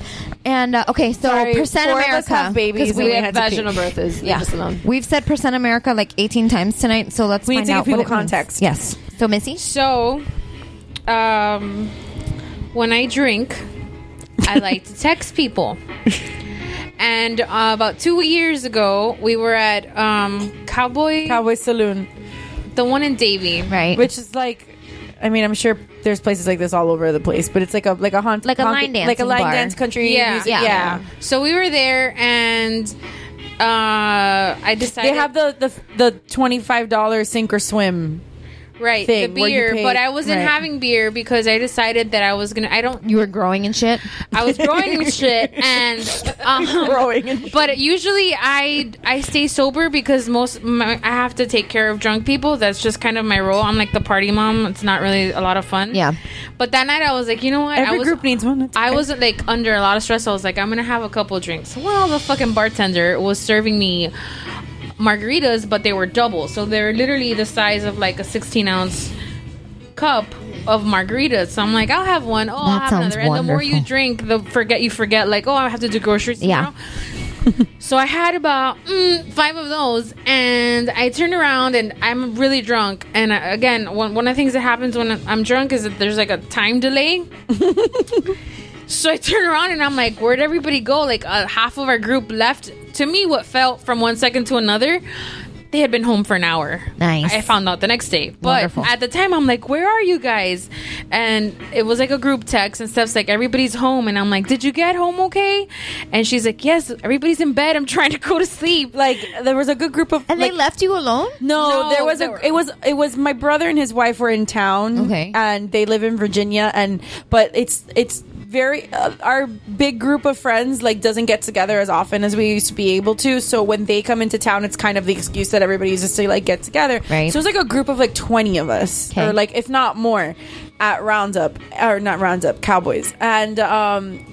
S8: And uh, okay, so
S10: Sorry,
S8: percent
S10: four of us
S8: America
S10: have babies
S8: 'cause
S10: and we had to
S9: Vaginal
S10: pee.
S9: birth is leave us alone.
S8: We've said percent America like 18 times tonight, so let's
S10: We
S8: find
S10: need to give
S8: out what
S10: people
S8: it means.
S10: context.
S8: Yes. So Missy,
S9: So, um, when I drink, I like to text people. And uh, about two years ago, we were at um, Cowboy,
S10: Cowboy Saloon,
S9: the one in Davie.
S8: right?
S10: which is like, I mean, I'm sure there's places like this all over the place, but it's like a like a haunt,
S8: Like a
S10: honky-
S8: line
S10: like a
S8: dancing
S10: line
S8: bar.
S10: dance country.
S9: Yeah.
S10: music.
S8: Yeah.
S10: yeah.
S9: So we were there, and uh, I decided
S10: They have the the the twenty five dollar sink or swim.
S9: right
S10: thing
S9: the
S10: where you
S9: beer,
S10: pay-
S9: but I wasn't
S10: right.
S9: having beer because I decided that I was gonna. I don't.
S8: you were growing and shit.
S9: I was growing and
S10: [laughs]
S9: shit, and um,
S10: Growing and
S9: But usually I I stay sober because most my, I have to take care of drunk people. That's just kind of my role. I'm like the party mom. It's not really a lot of fun.
S8: Yeah.
S9: But that night I was like, you know what? I
S10: every
S9: was,
S10: group needs one. It's
S9: I
S10: okay.
S9: wasn't like under a lot of stress. I was like, I'm gonna have a couple drinks. Well, the fucking bartender was serving me margaritas, but they were double, so they're literally the size of like a 16 ounce cup of margaritas. So I'm like, I'll have one. Oh, I'll
S8: That
S9: have
S8: sounds
S9: another. And the more you
S8: wonderful.
S9: drink, the forget you forget. Like, oh, I have to do groceries.
S8: Yeah.
S9: Tomorrow. [laughs] So I had about mm, five of those, and I turned around and I'm really drunk. And I, again, one, one of the things that happens when I'm drunk is that there's like a time
S8: [laughs]
S9: delay. so I turn around and I'm like, where'd everybody go? Like uh, half of our group left. To me, what felt from one second to another, they had been home for an hour.
S8: Nice.
S9: I found out the next day, but
S8: Wonderful.
S9: at the time I'm like, where are you guys? And it was like a group text and stuff's like everybody's home, and I'm like, did you get home okay? And she's like, yes, everybody's in bed. I'm [laughs] trying to go to sleep.
S10: like there was a good group of
S8: And
S10: like,
S8: they left you alone?
S10: No,
S9: No,
S10: there was
S9: they
S10: a.
S9: were-
S10: It was it was my brother and his wife were in town.
S8: Okay.
S10: and they live in Virginia, and but it's it's very uh, our big group of friends like doesn't get together as often as we used to be able to. So when they come into town, it's kind of the excuse that everybody uses to like get together.
S8: Right.
S10: So it was like a group of like twenty of us,
S8: Okay.
S10: or like if not more, at Roundup or not Roundup Cowboys, and um.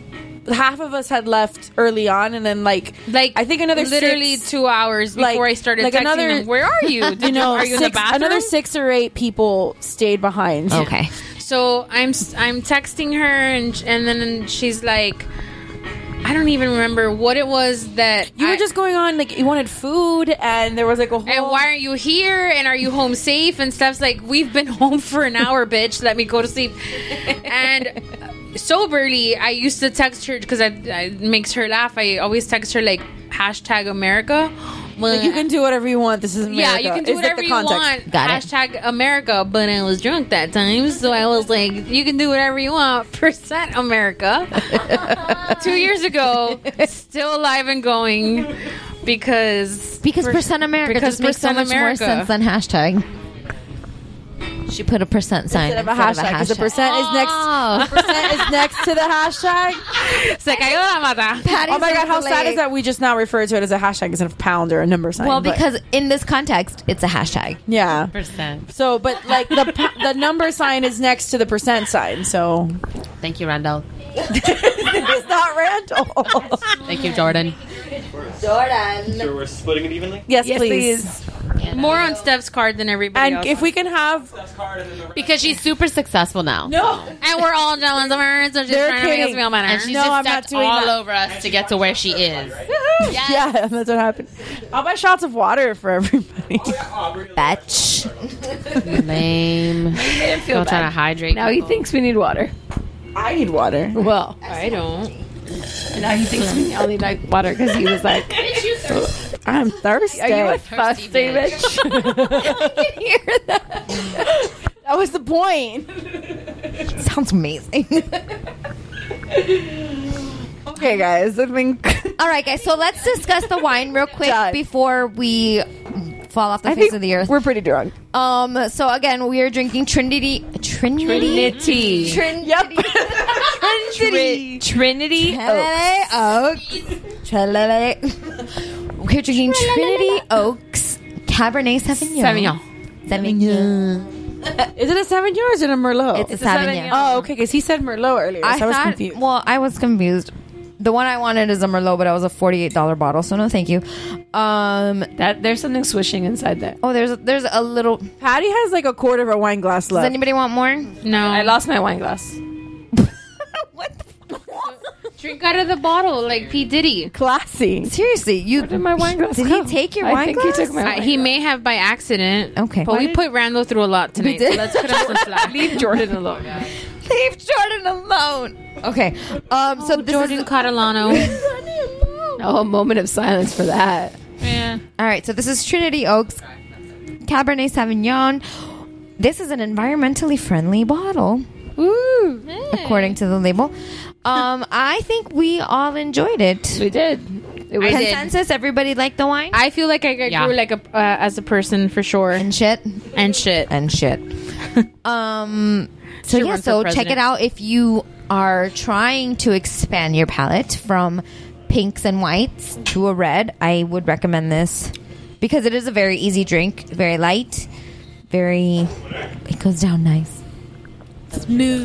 S10: Half of us had left early on, and then like,
S9: Like
S10: I think another
S9: literally
S10: six-
S9: two hours before
S10: like-
S9: I started
S10: like
S9: texting
S10: another-
S9: them. Where are you? Did
S10: [laughs] you know,
S9: are you in
S10: six,
S9: the bathroom?
S8: Oh.
S10: another six or eight people stayed behind.
S8: Okay.
S9: So so I'm s- I'm texting her and sh- and then she's like, I don't even remember what it was that
S10: You were just going on like you wanted food, and there was like a whole.
S9: And why aren't you here? And are you home safe? And stuff's like, we've been [laughs] home for an hour, bitch. Let me go to sleep. And soberly, I used to text her because I, I it makes her laugh. I always text her like hashtag America.
S10: Like, you can do whatever you want. This is America.
S9: Yeah, you can do
S10: Is that
S9: whatever
S10: the
S9: you
S10: context?
S9: want. Hashtag America. But I was drunk that time, so I was like, you can do whatever you want. [laughs] Percent
S10: [laughs]
S9: America. Two years ago, still alive and going because
S8: because percent America just makes so
S9: percent
S8: much more
S9: America.
S8: sense than hashtag. She put a Oh. percent sign
S10: Instead of a hashtag, 'cause the percent is next. the percent is next to
S9: [laughs]
S10: the hashtag.
S9: Se cayó la mata.
S8: Patty's
S10: [laughs] oh my god, how
S8: on the
S10: sad
S8: lake.
S10: is that we just now refer to it as a hashtag instead of pound or a number sign?
S8: Well,
S10: but-
S8: because in this context, it's a hashtag.
S10: yeah.
S2: Percent.
S10: So, but like the pa- the number sign is next to the percent
S9: [laughs]
S10: sign. So,
S2: Thank you, Randall.
S10: it's
S9: [laughs]
S10: not Randall.
S2: Thank you, Jordan.
S10: Jordan.
S4: Sure, we're splitting it evenly.
S10: Yes, please.
S9: More on Steph's card than everybody
S10: And
S9: else.
S10: if we can have
S2: Because she's super successful now.
S10: No.
S9: And we're all jealous of her, so she's
S2: They're
S9: trying to make us
S2: kidding.
S9: feel better.
S2: And she's No, just I'm stepped not doing all that. over us to get to where she is.
S10: [laughs] Yeah, that's what happened. I'll buy shots of water for everybody.
S8: Batch.
S17: [laughs]
S2: Lame.
S10: him feel
S2: Don't try
S10: bad.
S2: to hydrate.
S10: Now he
S2: people.
S10: thinks we need water. I need water.
S18: Well,
S9: I don't.
S18: And [laughs] now he thinks we only like water because he was
S17: [laughs]
S18: like,
S10: I'm thirsty.
S18: Are you a
S10: thirsty bitch? I can hear
S8: [laughs]
S10: that. That was the point.
S8: Sounds amazing. [laughs]
S10: okay, guys. I think. [laughs]
S8: All right, guys. So let's discuss the wine real quick before we fall off the
S10: I
S8: face
S10: think
S8: of the earth.
S10: We're pretty drunk.
S8: Um. So again, we are drinking Trinity. Trinity.
S10: Trinity.
S8: Trinity.
S10: Yep.
S8: [laughs] Trinity.
S19: Trinity.
S8: Trelele Oaks. Trelele. We're drinking Trinity Oaks Cabernet Sauvignon.
S10: Sauvignon.
S8: Sauvignon.
S10: Is it a Sauvignon or is it a Merlot?
S8: It's a It's a Sauvignon. Sauvignon.
S10: Oh, okay, because he said Merlot earlier, so I, was
S8: thought-
S10: confused.
S8: Well, I was confused. The one I wanted is a Merlot, but it was a forty-eight dollar bottle, so no, thank you. Um,
S18: that there's something swishing inside that.
S8: Oh, there's there's a little.
S10: Patty has like a quarter of a wine glass left.
S8: Does anybody want more?
S10: [laughs]
S9: No, I
S18: lost my wine glass.
S9: Drink out of the bottle like P Diddy.
S10: Classy.
S8: Seriously, you
S18: did my wine glass
S8: Did
S18: come?
S8: he take your
S18: I
S8: wine
S18: think he
S8: glass?
S18: took my
S9: Uh, he may have by accident.
S8: Okay.
S9: but
S8: Why
S9: we
S8: did-
S9: put Randall through a lot tonight.
S8: did.
S9: So let's put
S8: [laughs]
S9: him slack. Leave
S18: Jordan alone.
S8: Leave Jordan alone. Okay. Um. So this [laughs]
S9: Jordan
S8: is
S9: Catalano.
S18: Oh, a moment of silence for that.
S8: All right. So this is Trinity Oaks Cabernet Sauvignon. This is an environmentally friendly bottle.
S18: Ooh.
S8: According to the label, um, I think we all enjoyed it.
S18: We did. It was- I did.
S8: Consensus. Everybody liked the wine.
S9: I feel like I grew
S8: Yeah.
S9: like a uh, as a person for sure. And
S8: shit.
S9: And shit.
S18: [laughs]
S8: And shit. Um. So
S9: Should
S8: yeah.
S9: run for
S8: So check
S9: president.
S8: it out if you are trying to expand your palette from pinks and whites to a red. I would recommend this because it is a very easy drink, very light, very. It goes down nice. Smooth.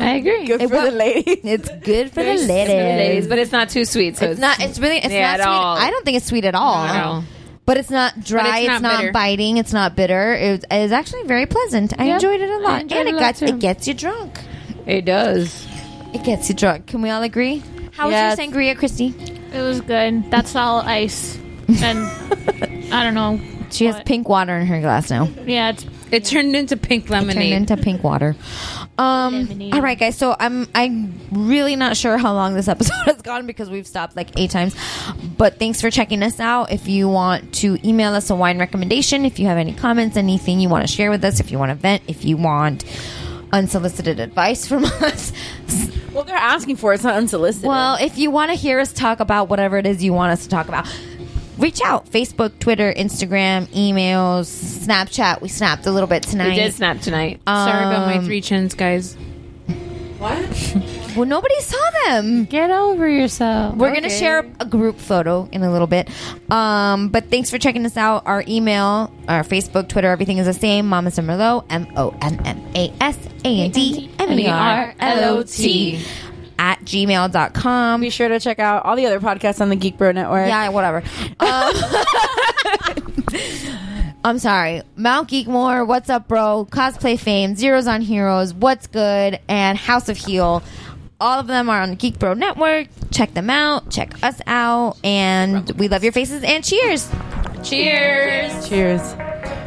S18: [laughs] I agree.
S10: Good for the ladies.
S8: It's good for
S18: Very
S8: the ladies.
S18: ladies, but it's not too sweet. So
S8: it's not. It's really. It's
S18: Yeah,
S8: not
S18: at
S8: sweet.
S18: all.
S8: I don't think it's sweet at all.
S18: Not at all.
S8: But it's not dry.
S18: it's
S8: It's,
S18: not
S8: not,
S18: bitter.
S8: biting. It's not bitter. It was, it was actually very pleasant. I
S18: Yep.
S8: enjoyed it a
S18: I
S8: lot, and
S18: enjoyed
S8: it,
S18: it a lot,
S8: gets
S18: too.
S8: it gets you drunk.
S18: It does.
S8: It gets you drunk. Can we all agree? How was your sangria, Christy?
S17: It was good. That's all ice.
S18: [laughs]
S17: And I don't know.
S8: She has pink water in her glass now.
S17: Yeah, it's,
S9: it turned into pink lemonade.
S8: Turned into pink water. Um, all right, guys. So I'm I'm really not sure how long this [laughs] episode has gone because we've stopped like eight times. But thanks for checking us out. If you want to email us a wine recommendation, if you have any comments, anything you want to share with us, if you want to vent, if you want unsolicited advice from [laughs] us.
S10: Well, they're asking for it. It's not unsolicited.
S8: Well, if you want to hear us talk about whatever it is you want us to talk about, reach out. Facebook, Twitter, Instagram, emails, Snapchat. We snapped a little bit tonight.
S9: We did snap tonight. Sorry about my
S8: Um,
S9: three chins, guys.
S8: Well, nobody saw them.
S18: Get over yourself.
S8: We're gonna
S18: Okay.
S8: share a group photo in a little bit. Um, but thanks for checking us out. Our email, our Facebook, Twitter, everything is the same. Mamas and Merlot, M O M M A S A N D M E R L O T at gmail.com.
S10: Be sure to check out all the other podcasts on the Geek Bro Network.
S8: Yeah, whatever. [laughs] I'm sorry. Mount Geekmore, what's up, bro? Cosplay Fame, Zeros on Heroes, What's Good, and House of Heel. All of them are on Geek Bro Network. Check them out. Check us out. And we love your faces and cheers.
S6: Cheers.
S5: Cheers.